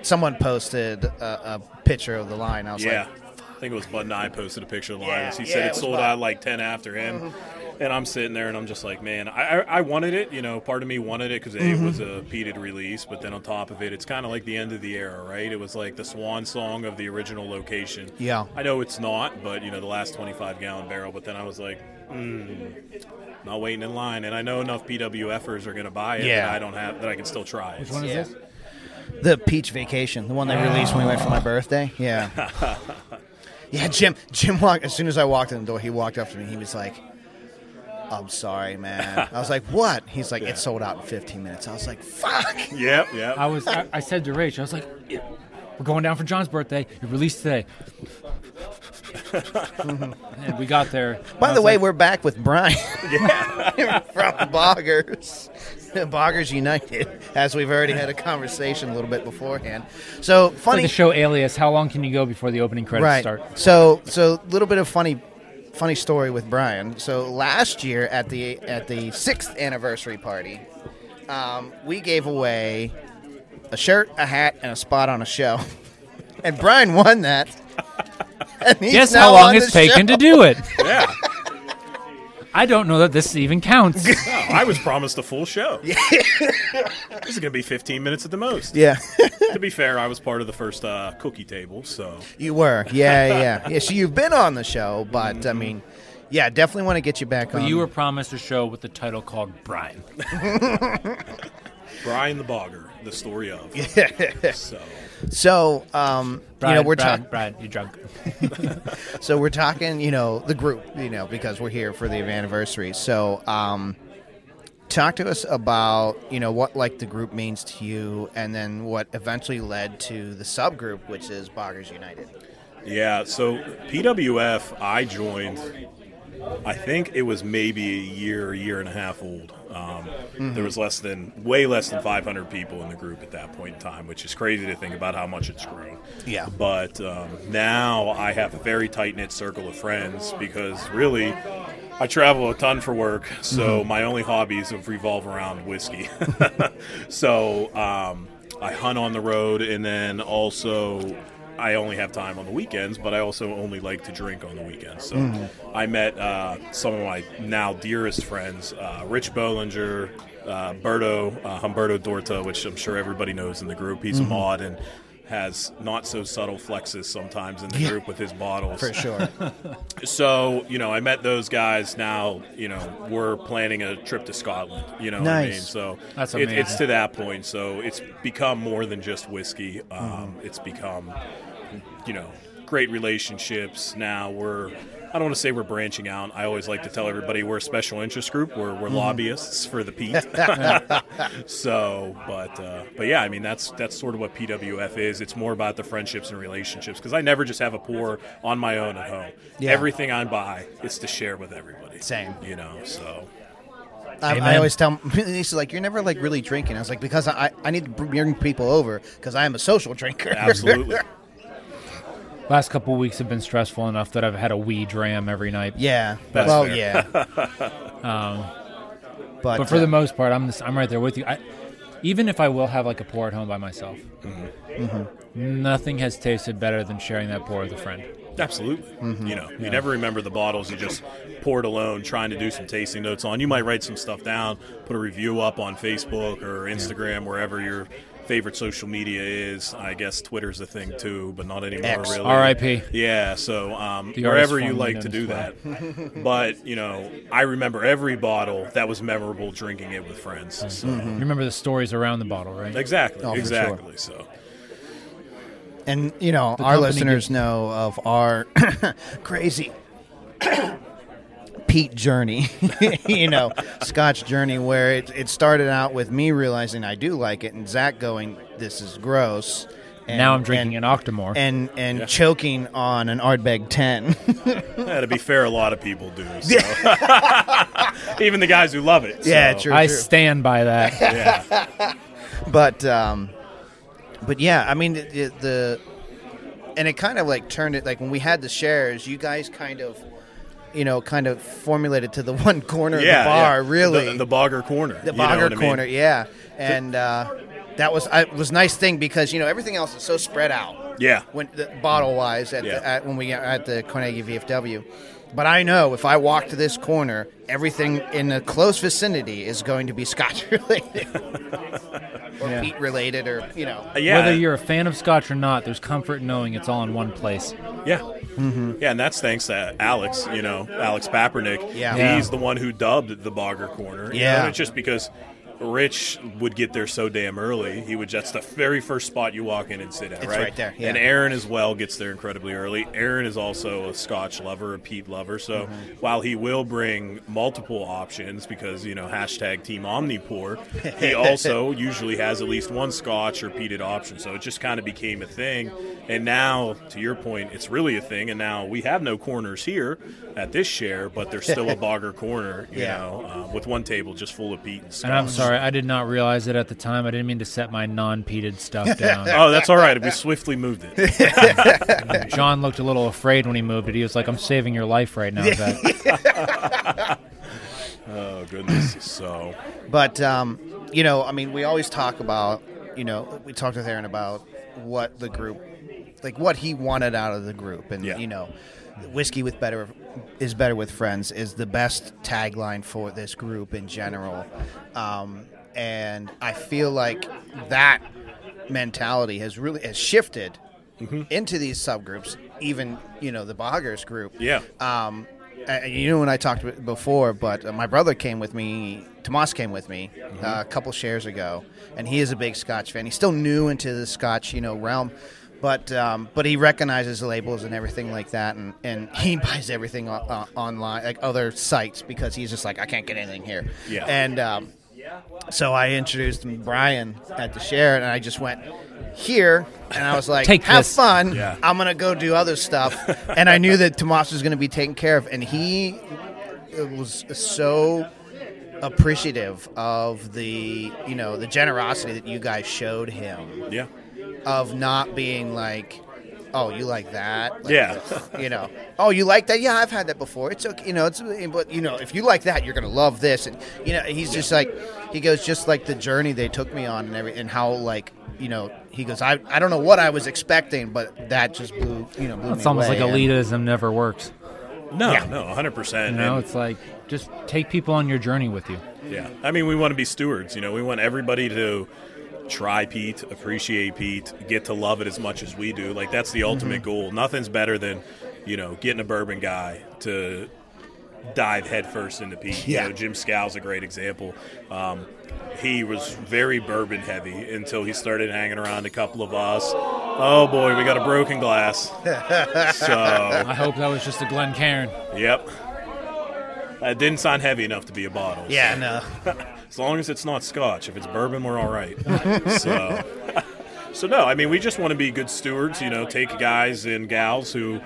S1: Someone posted a, a picture of the line. I was
S7: yeah.
S1: like,
S7: I think it was Bud and I posted a picture of the
S1: Yeah,
S7: lines. He
S1: yeah,
S7: said
S1: it
S7: it,
S1: was
S7: sold
S1: Bud. Mm-hmm.
S7: out like 10 after him. And I'm sitting there and I'm just like, man, I, I, I wanted it. You know, part of me wanted it because
S1: Mm-hmm.
S7: it was a peated release. But then on top of it, it's kind of like the end of the era, right? It was like the swan song of the original location.
S1: Yeah.
S7: I know it's not, but, you know, the last 25 gallon barrel. But then I was like, mm, not waiting in line. And I know enough PWFers are going to buy it
S1: Yeah.
S7: that I don't have, that I can still try it.
S2: What is
S1: Yeah.
S2: this?
S1: The Peach Vacation, the one they released when we went for my birthday. Yeah. yeah, Jim. Jim walked as soon as I walked in the door. He walked up to me. He was like, "I'm sorry, man." I was like, "What?" He's like, "It sold out in 15 minutes." I was like, "Fuck."
S7: Yep, yep.
S2: I was. I, I said to Rach, I was like, "Yeah, "We're going down for John's birthday. It released today." and we got there.
S1: By
S2: I
S1: the
S2: was
S1: way,
S2: like,
S1: we're back with Brian from Boggers. Boggers United, as we've already had a conversation a little bit beforehand. So
S2: it's like
S1: funny
S2: the show Alias. How long can you go before the opening credits
S1: right.
S2: start?
S1: So so little bit of funny funny story with Brian. So last year at the at the sixth anniversary party, um, we gave away a shirt, a hat, and a spot on a show. And Brian won that. And he's
S2: Guess
S1: now
S2: how long
S1: on the
S2: it's
S1: show.
S2: taken to do it?
S7: yeah.
S2: I don't know that this even counts.
S7: No, I was promised a full show. this is going to be 15 minutes at the most.
S1: Yeah,
S7: to be fair, I was part of the first uh, cookie table, so
S1: you were. Yeah, yeah, yeah. So you've been on the show, but I mean, yeah, definitely want to get you back on.
S2: But you were promised a show with the title called Brian.
S7: Brian the Bogger, the story of. so
S1: so um,
S2: Brian
S1: you know we're
S2: Brian,
S1: talking.
S2: Brian, you're drunk.
S1: So we're talking, you know, the group, you know, because we're here for the anniversary. So, um, talk to us about, you know, what like the group means to you, and then what eventually led to the subgroup, which is Boggers United.
S7: yeah, so PWF, I joined I think it was maybe a year, year and a half old. Um, There was less than, way less than 500 people in the group at that point in time, which is crazy to think about how much it's grown.
S1: Yeah.
S7: But um, now I have a very tight knit circle of friends because really. I travel a ton for work, so my only hobbies revolve around whiskey. so um, I hunt on the road, and then also I only have time on the weekends, but I also only like to drink on the weekends. So I met uh, some of my now dearest friends, uh, Rich Bollinger, uh, Berto, uh, Humberto Dorta, which I'm sure everybody knows in the group. He's a mod and has not so subtle flexes sometimes in the group with his bottles
S1: for sure.
S7: so you know i met those guys now you know we're planning a trip to scotland you know what i
S1: Nice.
S7: mean so
S2: That's
S7: it, it's
S2: amazing.
S7: to that point so it's become more than just whiskey um, it's become you know great relationships now we're i don't want to say we're branching out i always like to tell everybody we're a special interest group we're,
S1: Mm.
S7: we're lobbyists for the peat so but uh, but yeah i mean that's that's sort of what pwf is it's more about the friendships and relationships because i never just have a pour on my own at home
S1: Yeah.
S7: everything i buy is to share with everybody
S1: Same.
S7: you know so
S1: I, I
S2: Amen.
S1: always tell Lisa's like you're never like really drinking. I was like because I I need to bring people over because I am a social drinker.
S7: absolutely
S2: Last couple weeks have been stressful enough that I've had a wee dram every night.
S1: yeah.
S7: That's
S1: well,
S7: fair.
S1: yeah. but,
S2: But for the
S1: uh,
S2: most part, I'm this, I'm right there with you. I, even if I will have like a pour at home by myself,
S1: Mm-hmm.
S2: nothing has tasted better than sharing that pour with a friend.
S7: Absolutely. You know, you never remember the bottles you just poured alone trying to do some tasting notes on. You might write some stuff down, put a review up on Facebook or Instagram, wherever your favorite social media is. I guess Twitter's a thing too, but not anymore
S1: X.
S7: really.
S2: R.I.P..
S7: Yeah, so um,
S2: The artist
S7: wherever you
S2: formerly
S7: like to do
S2: known as
S7: that. but, you know, I remember every bottle that was memorable drinking it with friends. So.
S1: Mm.
S2: You remember the stories around the bottle, right?
S7: Exactly.
S1: Oh, for sure.
S7: exactly. So
S1: and you know our
S2: company
S1: listeners know of our crazy Pete journey, you know, Scotch journey, where it, it started out with me realizing I do like it, and Zach going, "This is gross." And,
S2: now I'm drinking
S1: and,
S2: an Octomore.
S1: and and choking on an Ardbeg ten.
S7: yeah, to be fair, a lot of people do. So. Even the guys who love it.
S1: yeah,
S7: so.
S1: true.
S2: I
S1: true.
S2: stand by that.
S7: Yeah.
S1: but um, but yeah, I mean the, the, the and it kind of like turned it like when we had the shares, you guys kind of you know kind of formulated to the one corner of the bar, really
S7: The, the Bogger Corner.
S1: the
S7: you know
S1: bogger
S7: what I mean?
S1: corner, yeah, and uh, that was I was nice thing because you know everything else is so spread out.
S7: Yeah. Uh,
S1: when the, bottle wise at,
S7: Yeah.
S1: the, at when we are at the Carnegie VFW. But I know if I walk to this corner, everything in the close vicinity is going to be Scotch related or
S2: Yeah.
S1: Pete related, or you know.
S7: Uh, yeah.
S2: Whether you're a fan of Scotch or not, there's comfort in knowing it's all in one place.
S7: Yeah.
S1: Mm-hmm.
S7: Yeah, and that's thanks to Alex, you know, Alex Papernick.
S1: Yeah.
S7: He's
S1: Yeah.
S7: the one who dubbed the Bogger Corner. you know,
S1: Yeah.
S7: and it's just because Rich would get there so damn early. He would that's the very first spot you walk in and sit at,
S1: It's
S7: right?
S1: right there, yeah.
S7: And Aaron as well gets there incredibly early. Aaron is also a Scotch lover, a peat lover. So while he will bring multiple options because, you know, hashtag Team Omnipour, he also usually has at least one Scotch or peated option. So it just kind of became a thing. And now, to your point, it's really a thing. And now we have no corners here at this share, but there's still a bogger corner, you
S1: Yeah.
S7: know, uh, with one table just full of peat and Scotch.
S2: And I'm sorry, I did not realize it at the time. I didn't mean to set my non-peated stuff down.
S7: Oh, that's all right. We swiftly moved it.
S2: John looked a little afraid when he moved it. He was like, "I'm saving your life right now." Zach."
S7: Oh, goodness. So,
S1: But um, you know, I mean, we always talk about you know we talked with Aaron about what the group, like what he wanted out of the group, and
S7: Yeah.
S1: you know, whiskey with better is better with friends is the best tagline for this group in general, um, and I feel like that mentality has really has shifted
S7: Mm-hmm.
S1: into these subgroups, even you know the Boggers group,
S7: yeah.
S1: um, and you know when I talked about it before, but uh, my brother came with me. Tomas came with me uh, a couple shares ago, and he is a big Scotch fan. He's still new into the Scotch, you know, realm, but um, but he recognizes the labels and everything like that, and, and he buys everything o- uh, online, like other sites, because he's just like, I can't get anything here.
S7: Yeah.
S1: And um, so I introduced him to Brian at the share, and I just went here, and I was like,
S2: Take
S1: "Have
S2: this."
S1: fun.
S7: Yeah.
S1: I'm gonna go do other stuff." and I knew that Tomas was gonna be taken care of, and he was so appreciative of the you know the generosity that you guys showed him
S7: Yeah.
S1: of not being like, oh, you like that? Like,
S7: Yeah.
S1: You know, oh, you like that? Yeah, I've had that before. It's okay. You know, it's, but you know, if you like that, you're going to love this. And, you know, he's just like, he goes, just like the journey they took me on and every, and how, like, you know, he goes, I, I don't know what I was expecting, but that just blew, you know, blew
S2: It's
S1: me
S2: almost
S1: away.
S2: like
S1: And-
S2: elitism never works.
S7: No, no, 100%.
S2: You know,
S7: And-
S2: it's like just take people on your journey with you.
S7: Yeah, I mean, we want to be stewards. You know, we want everybody to try Pete, appreciate Pete, get to love it as much as we do. Like that's the
S1: Mm-hmm.
S7: ultimate goal. Nothing's better than, you know, getting a bourbon guy to dive headfirst into Pete.
S1: Yeah.
S7: You know, Jim Scow's a great example. Um, he was very bourbon heavy until he started hanging around a couple of us. Oh boy, we got a broken glass. so,
S2: I hope that was just a Glen Cairn.
S7: yep. It didn't sound heavy enough to be a bottle. so-
S1: Yeah, no.
S7: as long as it's not scotch. If it's bourbon, we're all right. so, so no, I mean, we just want to be good stewards. You know, take guys and gals who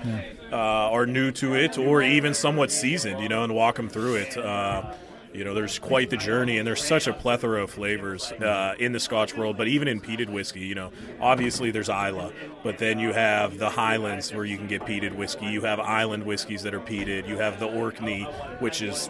S7: uh, are new to it or even somewhat seasoned. You know, and walk them through it. Uh, you know, there's quite the journey, and there's such a plethora of flavors uh, in the Scotch world, but even in peated whiskey. You know, obviously there's Isla, but then you have the Highlands where you can get peated whiskey. You have island whiskeys that are peated. You have the Orkney, which is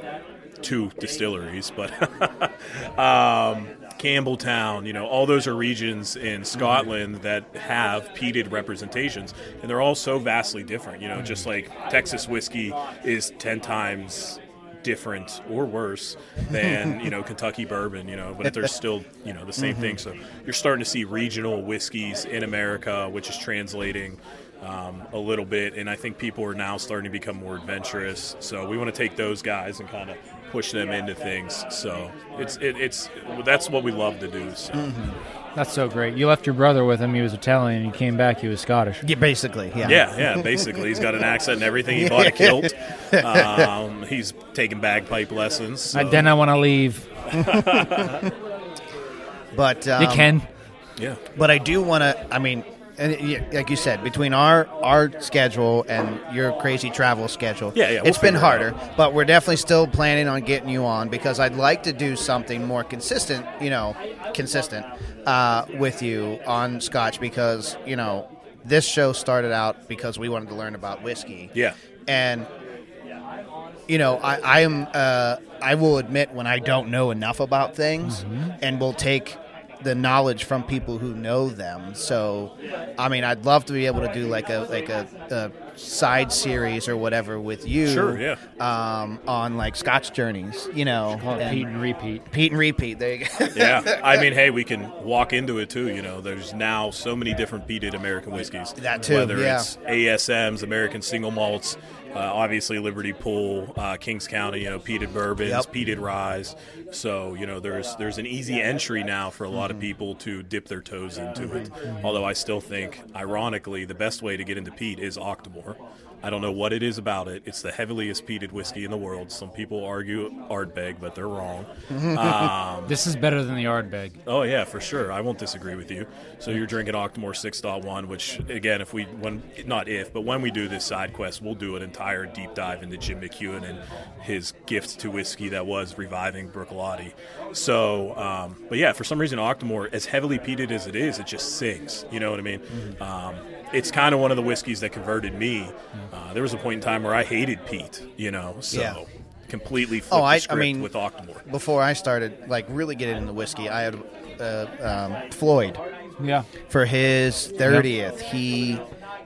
S7: two distilleries, but um, Campbelltown, you know, all those are regions in Scotland that have peated representations, and they're all so vastly different. You know, just like Texas whiskey is ten times different or worse than you know Kentucky bourbon. You know, but they're still you know the same thing. So you're starting to see regional whiskeys in America, which is translating um, a little bit, and I think people are now starting to become more adventurous. So we want to take those guys and kind of push them into things. So it's it, it's that's what we love to do. So.
S2: That's so great. You left your brother with him. He was Italian. You came back. He was Scottish.
S1: Yeah, basically, yeah.
S7: Yeah, yeah. Basically, he's got an accent and everything. He bought a kilt. Um, he's taking bagpipe lessons. so-
S2: And then I want to leave.
S1: But
S2: You
S1: um,
S2: can.
S7: yeah,
S1: but I do want to. I mean, and it, like you said, between our our schedule and your crazy travel schedule,
S7: Yeah, yeah, we'll
S1: it's been
S7: figure it
S1: harder. but we're definitely still planning on getting you on because I'd like to do something more consistent. You know, consistent uh, with you on Scotch because you know this show started out because we wanted to learn about whiskey.
S7: yeah.
S1: and you know, I, I am. Uh, I will admit when I don't know enough about things, and will take the knowledge from people who know them. So, I mean, I'd love to be able to do like a like a, a side series or whatever with you.
S7: Sure, yeah.
S1: Um, on like Scotch journeys, you know,
S2: Call it
S1: and
S2: Pete and repeat.
S1: Pete and repeat. There you go.
S7: yeah. I mean, hey, we can walk into it too. You know, there's now so many different peated American whiskeys.
S1: That too,
S7: Whether
S1: yeah.
S7: it's ASMs, American single malts, uh, obviously Liberty Pool, uh, Kings County, you know, peated bourbons,
S1: Yep.
S7: peated ryes. So you know, there's there's an easy entry now for a lot
S1: Mm-hmm.
S7: of people to dip their toes into it. Although I still think, ironically, the best way to get into peat is Octomore. I don't know what it is about it. It's the heaviliest peated whiskey in the world. Some people argue Ardbeg, but they're wrong.
S1: Mm-hmm.
S7: Uh,
S2: This is better than the Ardbeg.
S7: Oh yeah, for sure. I won't disagree with you. So you're drinking Octomore 6.1, which again, if we when not if, but when we do this side quest, we'll do an entire deep dive into Jim McEwen and his gift to whiskey that was reviving Brooklady. So, um, but yeah, for some reason, Octomore, as heavily peated as it is, it just sings. You know what I mean?
S1: Mm-hmm.
S7: Um, it's kind of one of the whiskeys that converted me. Uh, there was a point in time where I hated Pete. You know, so
S1: Yeah.
S7: completely flipped
S1: Oh, I- I
S7: the script
S1: mean-
S7: with Octomore.
S1: Before I started, like really getting into whiskey, I had uh, um, Floyd.
S2: Yeah.
S1: for his 30th he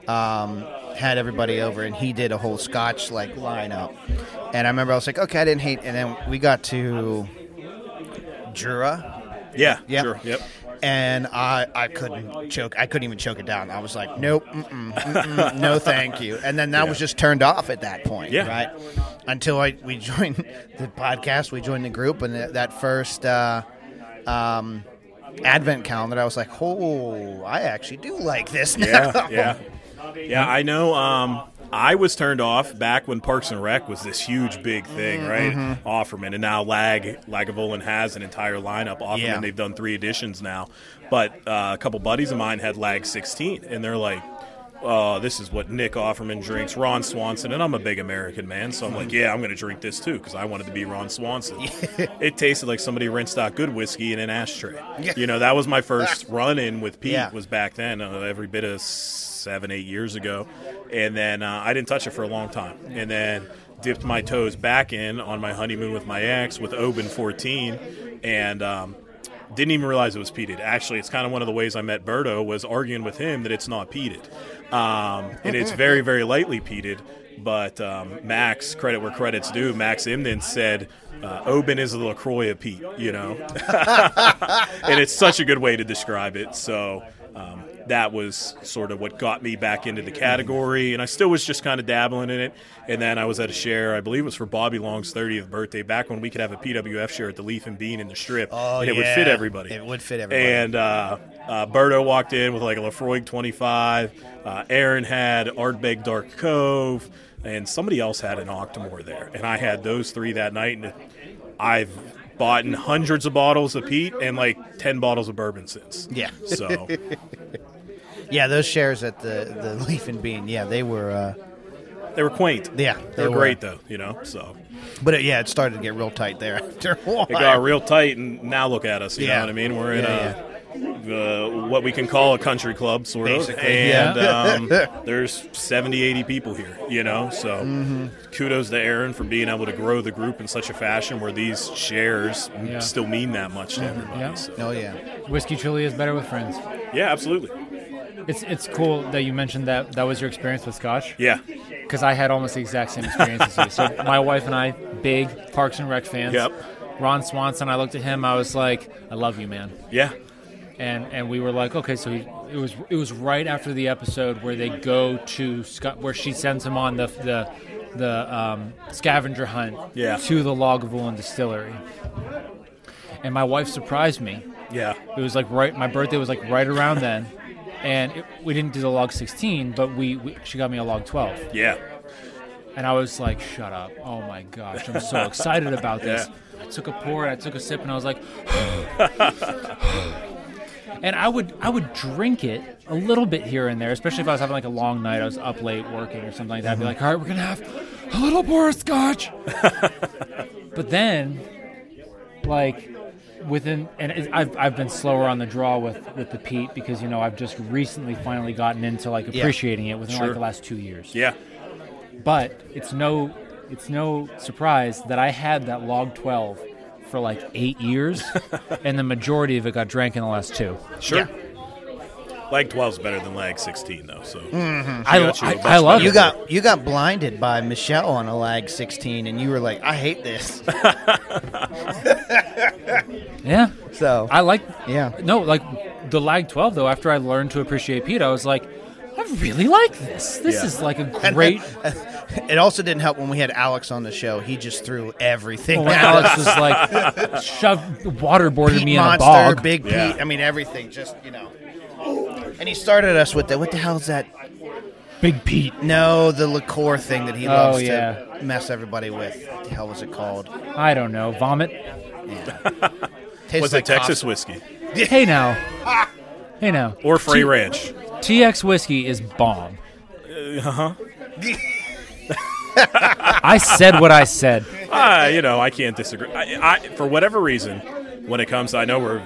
S1: um, had everybody over and he did a whole scotch like lineup and i remember i was like okay i didn't hate and then we got to jura
S7: Yeah,
S1: Yep.
S7: sure, yep.
S1: and I, I couldn't choke I couldn't even choke it down. I was like, nope, mm-mm, mm-mm, no, thank you. And then that was just turned off at that point,
S7: Yeah.
S1: right? Until I we joined the podcast, we joined the group, and that- that first uh, um, advent calendar, I was like, oh, I actually do like this now.
S7: yeah, yeah, yeah. I know. Um, I was turned off back when Parks and Rec was this huge big thing, right? Offerman, and now Lag Lagavulin has an entire lineup. Offerman,
S1: Yeah.
S7: they've done three editions now, but uh, a couple buddies of mine had Lag 16, and they're like. uh, this is what Nick Offerman drinks, Ron Swanson, and I'm a big American man, so I'm like, yeah, I'm going to drink this too because I wanted to be Ron Swanson. it tasted like somebody rinsed out good whiskey in an ashtray. You know, that was my first run in with Pete
S1: Yeah.
S7: was back then, uh, every bit of seven, eight years ago, and then uh, I didn't touch it for a long time, and then dipped my toes back in on my honeymoon with my ex with Oban 14, and. Um, didn't even realize it was peated. Actually, it's kind of one of the ways I met Berto was arguing with him that it's not peated, um, and it's very, very lightly peated. But um, Max, credit where credits due, Max Imden said, uh, "Oban is the Lacroix of Pete," you know, and it's such a good way to describe it. So um, that was sort of what got me back into the category, and I still was just kind of dabbling in it. And then I was at a share, I believe it was for Bobby Long's 30th birthday, back when we could have a PWF share at the Leaf and Bean in the Strip,
S1: Oh,
S7: and it would
S1: yeah.
S7: fit everybody.
S1: It would fit everybody.
S7: And uh, uh, Berto walked in with like a Lafroig 25. Uh, Aaron had Ardbeg Dark Cove, and somebody else had an Octomore there. And I had those three that night, and I've bought in hundreds of bottles of Pete and like 10 bottles of bourbon since.
S1: Yeah.
S7: So.
S1: Yeah, those shares at the the Leaf and Bean. Yeah, they were. Uh,
S7: They were quaint.
S1: Yeah,
S7: they,
S1: they
S7: were
S1: were.
S7: great though. You know, so
S1: but it, yeah, it started to get real tight there after a while.
S7: it got real tight, and now look at us. You know
S1: Yeah.
S7: what I mean? We're in
S1: Yeah,
S7: a uh, what we can call a country club, sort of.
S1: Basically,
S7: And
S1: yeah.
S7: um, there's 70, 80 people here. You know, so
S1: Mm-hmm.
S7: kudos to Aaron for being able to grow the group in such a fashion where these shares m-
S2: Yeah.
S7: still mean that much to everybody.
S2: Yeah.
S7: So,
S1: Oh yeah,
S2: Whiskey truly is better with friends.
S7: yeah, absolutely.
S2: It's it's cool that you mentioned that that was your experience with Scotch.
S7: Yeah,
S2: because I had almost the exact same experience as you. So my wife and I, big Parks and Rec fans.
S7: Yep.
S2: Ron Swanson, I looked at him. I was like, "I love you, man."
S7: yeah,
S2: And and we were like, "Okay." So he, it was it was right after the episode where they go to Scott, where she sends him on the the the um, scavenger hunt
S7: Yeah.
S2: to the Lagavulin distillery. And my wife surprised me
S7: yeah,
S2: it was like right. My birthday was like right around then, and it, we didn't do the log sixteen, but we, we she got me a log twelve,
S7: yeah.
S2: and I was like, "Shut up! Oh my gosh, I'm so excited about this." I took a pour, and I took a sip, and I was like, and I would I would drink it a little bit here and there, especially if I was having like a long night, I was up late working or something like that. I'd be like, "All right, we're gonna have a little more scotch," but then, like. Within and it, I've, I've been slower on the draw with, with the peat because you know I've just recently finally gotten into like appreciating it within
S7: Sure.
S2: like the last two years
S7: Yeah,
S2: but it's no it's no surprise that I had that log 12 for like 8 years and the majority of it got drank in the last two.
S7: sure. Leg 12's better than leg 16, though. So,
S1: Mm.
S2: I,
S7: got you a
S2: I,
S7: bunch
S2: I
S7: of
S2: love
S1: you
S2: it.
S1: got you got blinded by Michelle on a lag sixteen, and you were like, "I hate this."
S2: yeah.
S1: So
S2: I like
S1: Yeah.
S2: No, like the lag 12 though after I learned to appreciate Pete I was like I really like this. This
S7: Yeah.
S2: is like a
S1: And-
S2: great
S1: it also didn't help when we had Alex on the show. He just threw everything.
S2: when
S1: at us.
S2: Alex was like shoved waterboarded
S1: Pete
S2: me in a
S1: Monster,
S2: bog.
S1: Big
S7: Yeah.
S1: Pete. I mean, everything. Just you know. And he started us with the what the hell's that?
S2: Big Pete.
S1: No, the liqueur thing that he
S2: Oh,
S1: loves
S2: yeah.
S1: to mess everybody with. What the hell was it called?
S2: I don't know. Vomit.
S1: Tastes
S7: was
S1: like
S7: it Texas
S1: Costco.
S7: whiskey
S2: Hey now. Hey now.
S7: or Free Ranch?
S2: TX whiskey is bomb. Uh huh. I said what I said.
S7: Ah, you know, I can't disagree. I, I, for whatever reason, when it comes, I know we're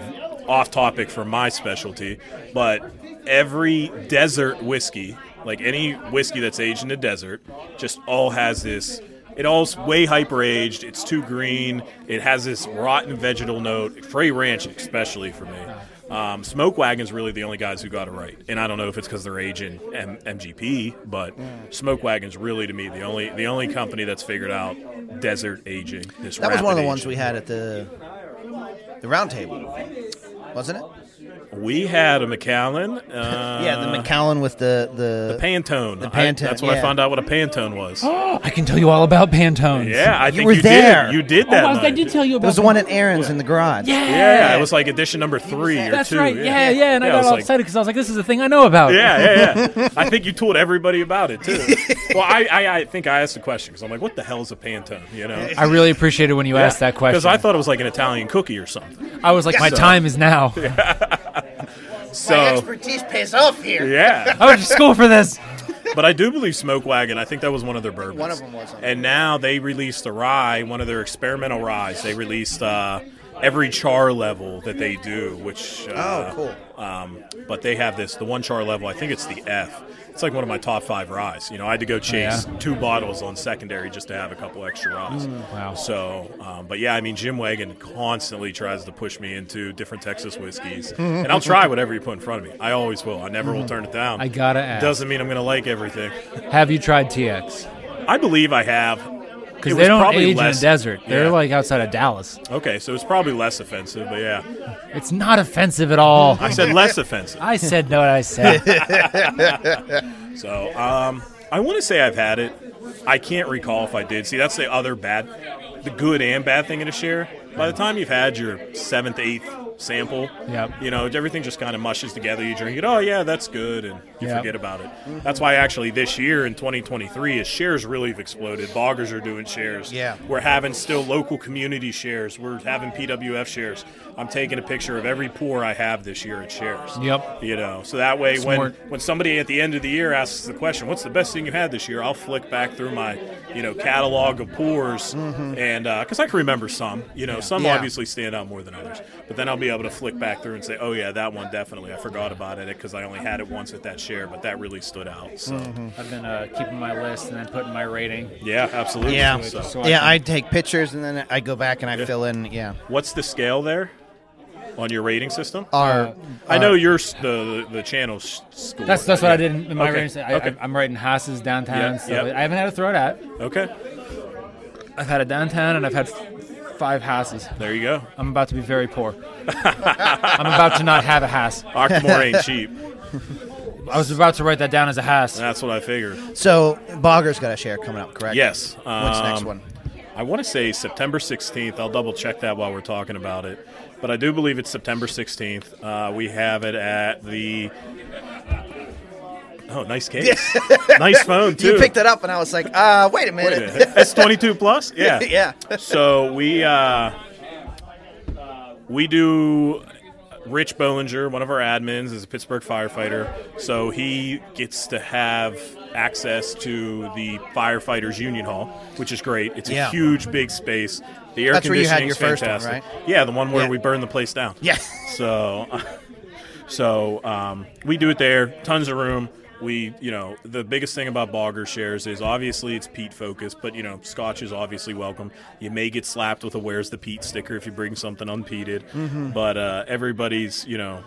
S7: off topic for my specialty, but every desert whiskey, like any whiskey that's aged in the desert, just all has this. It all's way hyper aged. It's too green. It has this rotten vegetal note. Frey Ranch, especially for me. Um, Smoke Wagon's really the only guys who got it right, and I don't know if it's because they're aging M- MGP, but Smoke Wagon's really to me the only the only company that's figured out desert aging. This
S1: That was
S7: rapid
S1: one of the
S7: aging.
S1: ones we had at the the round table, wasn't it?
S7: we had a McAllen. Uh,
S1: yeah, the McAllen with the the,
S7: Pantone. The
S1: Pantone,
S7: that's when I
S1: yeah.
S7: found out what a Pantone was.
S2: I can tell you all about Pantones.
S7: yeah, I
S1: You
S7: think
S1: were
S7: you
S1: there.
S7: did. You did
S2: Oh,
S7: that.
S2: I, I
S7: night.
S2: did tell
S1: It
S2: you about.
S1: was the one at Aaron's in the garage.
S2: Yeah.
S7: Yeah, it was like edition number three or
S2: That's
S7: two.
S2: right. Yeah, yeah. And I
S7: was
S2: got all
S7: like,
S2: excited because I was like, "This is a thing I know about."
S7: Yeah, yeah, yeah. I think you told everybody about it too. well, I, I, I think I asked the question because I'm like, what the hell is a Pantone? You know,
S2: I really appreciated when you asked that question.
S7: because I thought it was like an Italian cookie or something.
S2: I was like, "My
S7: So-
S2: time is now."
S7: So
S1: expertise pays off here.
S7: yeah,
S2: I went to school for this.
S7: but I do believe Smoke Wagon. I think that was one of their bourbons.
S1: One of them was on
S7: And now they released a rye, one of their experimental ryes. They released uh, every char level that they do, which uh,
S1: Oh, cool.
S7: Um, but they have this the one char level. I think it's the F. It's like one of my top five ryes. You know, I had to go chase two bottles on secondary just to have a couple extra ryes.
S2: wow.
S7: So, um, but yeah, I mean, Jim Wagon constantly tries to push me into different Texas whiskeys, and I'll try whatever you put in front of me. I always will. I never will turn it down.
S2: I gotta ask.
S7: Doesn't mean I'm going to like everything.
S2: Have you tried TX?
S7: I believe I have.
S2: Because they don't age in a desert. They're like outside of Dallas.
S7: okay, so it's probably less offensive, but yeah,
S2: It's not offensive at all.
S7: I said less offensive.
S2: I said what I said.
S7: So, um, I want to say I've had it. I can't recall if I did. See, that's the other bad, the good and bad thing in a share. By the time you've had your seventh, eighth sample,
S2: Yep.
S7: you know everything just kind of mushes together. You drink it, oh yeah, that's good, and you
S2: Yep.
S7: forget about it. That's why actually this year in 2023, is shares really have exploded. Boggers are doing shares.
S1: Yeah.
S7: We're having still local community shares. We're having PWF shares. I'm taking a picture of every pour I have this year at shares.
S2: Yep.
S7: You know, so that way
S2: Smart.
S7: when when somebody at the end of the year asks the question, "What's the best thing you had this year?" I'll flick back through my you know catalog of pours, and because I can remember some, you know, some
S1: Mm-hmm. Yeah.
S7: obviously stand out more than others, but then I'll be able to flick back through and say, "Oh yeah, that one definitely. I forgot about it because I only had it once at that share, but that really stood out." So
S1: Mm.
S2: I've been uh, keeping my list and then putting my rating.
S7: yeah, absolutely.
S1: Yeah.
S7: So,
S2: So
S1: Yeah, I take pictures and then I go back and I fill in. Yeah,
S7: what's the scale there on your rating system?
S1: our
S7: I know you're s- the the channel s- score.
S2: Uh, That's that's what I
S7: Yeah.
S2: did in in my
S7: Okay.
S2: rating. I,
S7: Okay.
S2: I, am writing Haas's downtown.
S7: Yep,
S2: So
S7: yep.
S2: I haven't had a throw it at.
S7: okay.
S2: I've had a downtown and I've had f- five Haas's.
S7: There you go.
S2: I'm about to be very poor. I'm about to not have a Haas.
S7: Octomore ain't cheap.
S2: I was about to write that down as a Haas.
S7: That's what I figured.
S1: so Bogger's got a share coming up, correct?
S7: Yes.
S1: What's the next
S7: um,
S1: one?
S7: I want to say September 16th. I'll double check that while we're talking about it. But I do believe it's September 16th. Uh, we have it at the. Oh, nice case. nice phone, too.
S1: You picked it up and I was like, uh, wait a
S7: Wait a
S1: minute.
S7: minute. S22 Plus? Yeah.
S1: yeah.
S7: so we uh, we do Rich Bollinger, one of our admins, is a Pittsburgh firefighter, so he gets to have access to the firefighters union hall, which is great. It's
S1: Yeah.
S7: a huge, big space. The air
S1: That's where you had
S7: conditioning is
S1: your first one,
S7: fantastic.
S1: right?
S7: Yeah, the one where
S1: Yeah.
S7: we burned the place down.
S1: Yeah.
S7: So, so um, we do it there. Tons of room. We, you know, the biggest thing about Bogger shares is obviously it's peat focused, but you know, Scotch is obviously welcome. You may get slapped with a "Where's the peat" sticker if you bring something unpeated, but uh, everybody's, you know,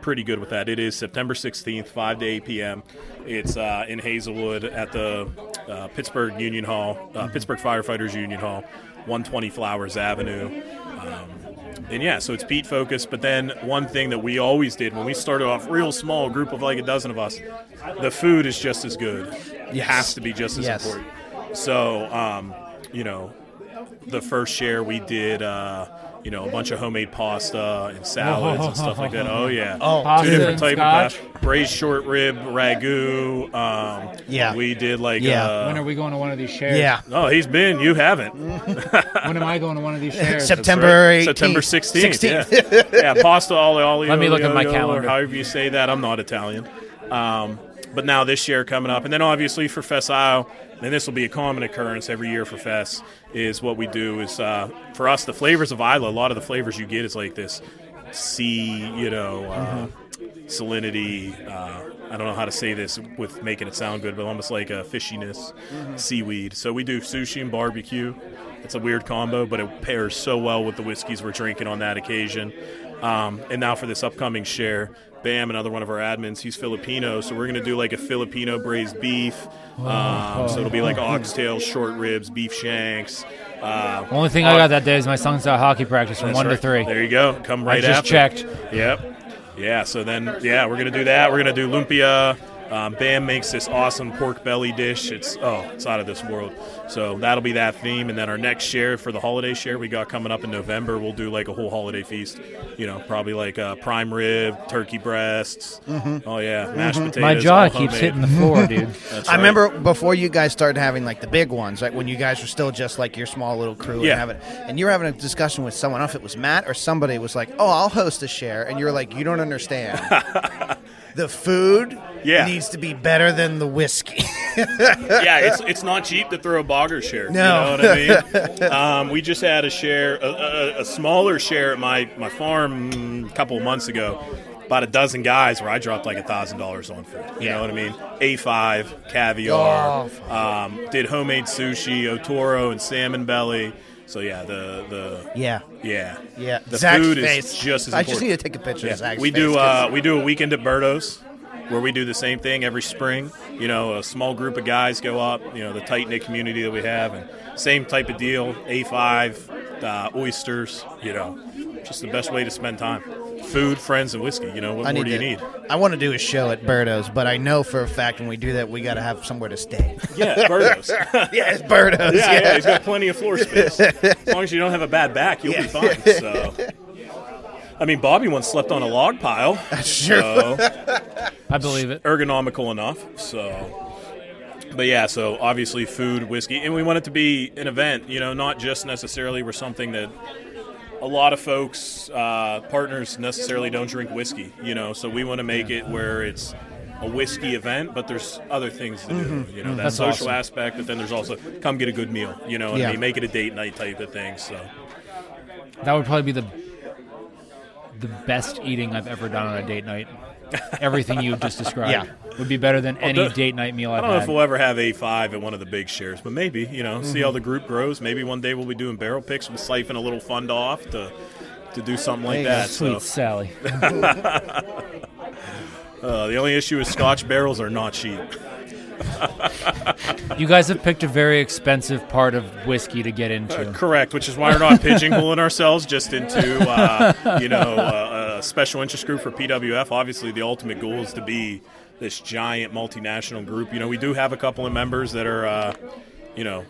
S7: pretty good with that. It is September 16th, 5 to 8 p.m. It's uh, in Hazelwood at the uh, Pittsburgh Union Hall, uh, Pittsburgh Firefighters Union Hall, 120 Flowers Avenue. Um, and yeah, so it's Pete focused. But then one thing that we always did when we started off real small, a group of like a dozen of us, the food is just as good. It has to be just as
S1: Yes.
S7: important. So, um, you know, the first year we did, uh, you know, a bunch of homemade pasta and salads and stuff like that. Oh yeah,
S1: Oh,
S2: Pasta
S7: two
S2: and
S7: different type
S2: scotch.
S7: of pa- braised short rib ragu. Um,
S1: Yeah.
S7: we did like
S1: Yeah.
S2: When are
S7: Uh,
S2: we going to one of these shares?
S1: Yeah.
S7: no, he's been. You haven't.
S2: When am I going to one of these shares?
S1: September 18th.
S7: September sixteenth. Yeah. yeah, pasta olio olio.
S2: Let me look at my
S7: olio, or
S2: calendar.
S7: however you say that. I'm not Italian. Um, but now this year coming up, and then obviously for Fess Isle, and this will be a common occurrence every year for Fess, is what we do is uh, for us the flavors of Isla. A lot of the flavors you get is like this sea, you know, uh, salinity. Uh, I don't know how to say this with making it sound good, but almost like a fishiness,
S2: Mm-hmm.
S7: seaweed. So we do sushi and barbecue. It's a weird combo, but it pairs so well with the whiskeys we're drinking on that occasion. Um, and now for this upcoming share, Bam, another one of our admins, he's Filipino, so we're gonna do like a Filipino braised beef.
S2: Oh.
S7: Um, so it'll be like oxtail, short ribs, beef shanks. Uh,
S2: Only thing I got that day is my son's uh, hockey practice from
S7: that's
S2: one to
S7: right.
S2: three.
S7: There you go. Come right
S2: I just
S7: after.
S2: checked.
S7: Yep. Yeah. So then, yeah, we're gonna do that. We're gonna do lumpia, Um, Bam makes this awesome pork belly dish. It's oh, it's out of this world. So that'll be that theme, and then our next share for the holiday share we got coming up in November, we'll do like a whole holiday feast. You know, probably like uh, prime rib, turkey breasts.
S1: Mm-hmm.
S7: Oh yeah, mashed potatoes.
S2: My jaw
S7: all
S2: keeps
S7: homemade.
S2: hitting the floor, dude.
S7: That's
S1: I
S7: right.
S1: remember before you guys started having like the big ones, like when you guys were still just like your small little crew
S7: Yeah.
S1: and having, and you were having a discussion with someone. I don't know if it was Matt or somebody was like, "Oh, I'll host a share," and you're like, "You don't understand." The food
S7: Yeah.
S1: needs to be better than the whiskey.
S7: yeah, it's, it's not cheap to throw a bogger share.
S1: No.
S7: You know what I mean? um, we just had a share, a, a, a smaller share at my, my farm mm, a couple of months ago. About a dozen guys where I dropped like a thousand dollars on food. You know what I mean? A five
S1: Oh,
S7: caviar, um, did homemade sushi, otoro and salmon belly. So yeah, the the
S1: yeah,
S7: yeah
S1: yeah.
S7: the
S1: Zach's
S7: food
S1: face.
S7: is just as important.
S1: I just need to take a picture of
S7: Yeah,
S1: Zach's
S7: we
S1: face
S7: do
S1: 'cause-
S7: uh, we do a weekend at Burdo's where we do the same thing every spring. You know, a small group of guys go up. You know, the tight knit community that we have, and same type of deal. A five uh, oysters. You know, just the best way to spend time. Food, friends, and whiskey. You know, what
S1: I
S7: more
S1: need
S7: do you
S1: to,
S7: need?
S1: I want to do a show at Birdo's, but I know for a fact when we do that, we got to have somewhere to stay.
S7: Yeah, Burdo's. yeah,
S1: yeah, it's Birdo's.
S7: yeah, he's got plenty of floor space. As long as you don't have a bad back, you'll be fine. So. I mean, Bobby once slept on a log pile.
S1: Sure.
S7: So.
S2: I believe it.
S7: ergonomical enough. So, but yeah, so obviously food, whiskey, and we want it to be an event. You know, not just necessarily we're something that a lot of folks uh, partners necessarily don't drink whiskey. You know, so we want to make it where it's a whiskey event, but there's other things to do. You know, that
S2: Mm-hmm. That's
S7: social
S2: awesome.
S7: aspect, but then there's also come get a good meal. You know, what
S1: Yeah.
S7: I mean, make it a date night type of thing. So
S2: That would probably be the the best eating I've ever done on a date night. Everything you just described
S1: Yeah.
S2: would be better than any
S7: the-
S2: date night meal
S7: I
S2: I've
S7: don't know if
S2: had.
S7: we'll ever have A five at one of the big shares, but maybe you know, see how the group grows. Maybe one day we'll be doing barrel picks. We'll siphon a little fund off to to do something like
S1: There you go.
S7: that.
S2: Sweet
S7: So
S2: Sally.
S7: uh, the only issue is Scotch barrels are not cheap.
S2: You guys have picked a very expensive part of whiskey to get into.
S7: Correct, which is why we're not pigeonholing ourselves just into uh, you know uh, a special interest group for PWF. Obviously, the ultimate goal is to be this giant multinational group. You know, we do have a couple of members that are uh, you know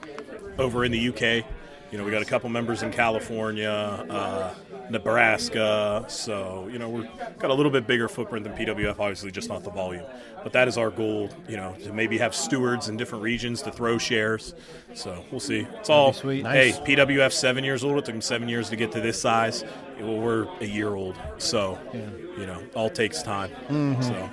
S7: over in the UK. You know, we got a couple members in California, uh, Nebraska. So you know, we're got a little bit bigger footprint than PWF. Obviously, just not the volume, but that is our goal. You know, to maybe have stewards in different regions to throw shares. So we'll see. It's all
S2: sweet.
S7: Hey,
S2: Nice.
S7: PWF seven years old. It took them seven years to get to this size. Well, we're a year old, so you know, all takes time.
S2: Mm-hmm.
S7: So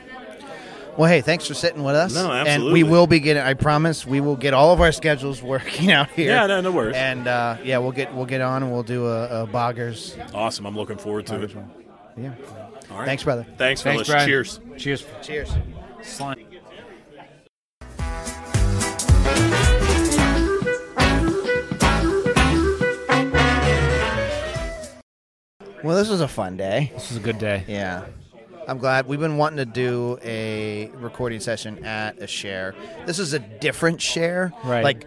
S1: Well, hey, thanks for sitting with us.
S7: No,
S1: And we
S7: absolutely.
S1: will be getting. I promise, we will get all of our schedules working out here.
S7: Yeah, no- no worries.
S1: And uh, yeah, we'll get we'll get on and we'll do a, a boggers.
S7: awesome. I'm looking forward to it.
S1: Yeah.
S7: All right.
S1: Thanks, brother.
S2: Thanks,
S7: Thanks, fellas.
S2: Brian.
S7: Cheers.
S2: Cheers.
S1: Cheers.
S2: Slime.
S1: Well, this was a fun day.
S2: This is a good day.
S1: Yeah. I'm glad we've been wanting to do a recording session at a share. This is a different share.
S2: Right.
S1: Like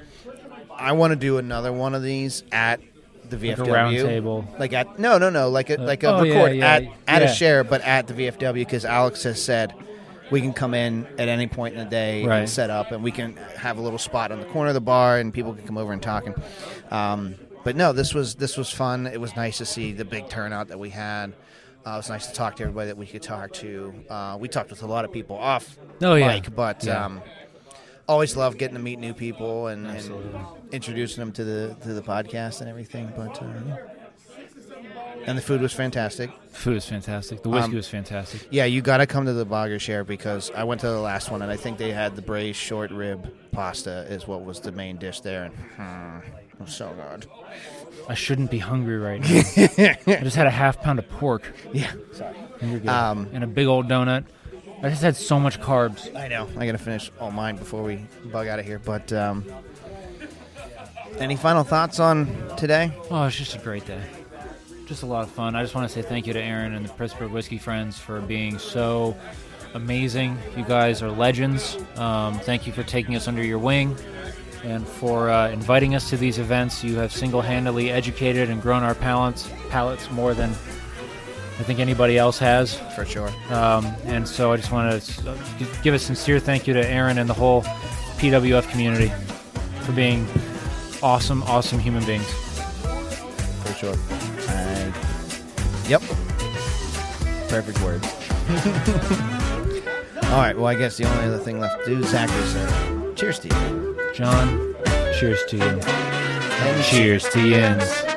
S1: I want to do another one of these at the VFW.
S2: a round table.
S1: Like at no no no like a, like a
S2: oh, yeah,
S1: record
S2: yeah,
S1: at at
S2: yeah.
S1: a share but at the VFW because Alex has said we can come in at any point in the day
S2: Right.
S1: and set up and we can have a little spot on the corner of the bar and people can come over and talk and um, but no this was this was fun it was nice to see the big turnout that we had uh, it was nice to talk to everybody that we could talk to uh, we talked with a lot of people off
S2: Oh, yeah.
S1: mic, but
S2: Yeah.
S1: um, always love getting to meet new people and, and introducing them to the to the podcast and everything but uh, yeah. and the food was fantastic
S2: Food is fantastic. The
S1: um,
S2: whiskey was fantastic.
S1: yeah, you got to come to the Bogger Share because I went to the last one and I think they had the braised short rib pasta is what was the main dish there, and hmm, it was so good.
S2: I shouldn't be hungry right now. I just had a half pound of pork
S1: Yeah, sorry.
S2: um, and a big old donut. I just had so much carbs.
S1: I know. I gotta finish all mine before we bug out of here. But um, any final thoughts on today?
S2: Oh, it's just a great day. Just a lot of fun. I just want to say thank you to Aaron and the Pittsburgh Whiskey Friends for being so amazing. You guys are legends. Um, thank you for taking us under your wing and for uh, inviting us to these events. You have single handedly educated and grown our palates, palates more than I think anybody else has.
S1: for sure.
S2: Um, and so I just want to give a sincere thank you to Aaron and the whole PWF community for being awesome, awesome human beings.
S1: For sure.
S8: I,
S1: Yep.
S8: perfect words.
S1: All right. Well, I guess the only other thing left to do is Zachary said, "Cheers to you."
S2: John, cheers to you.
S1: And
S2: Cheers to you.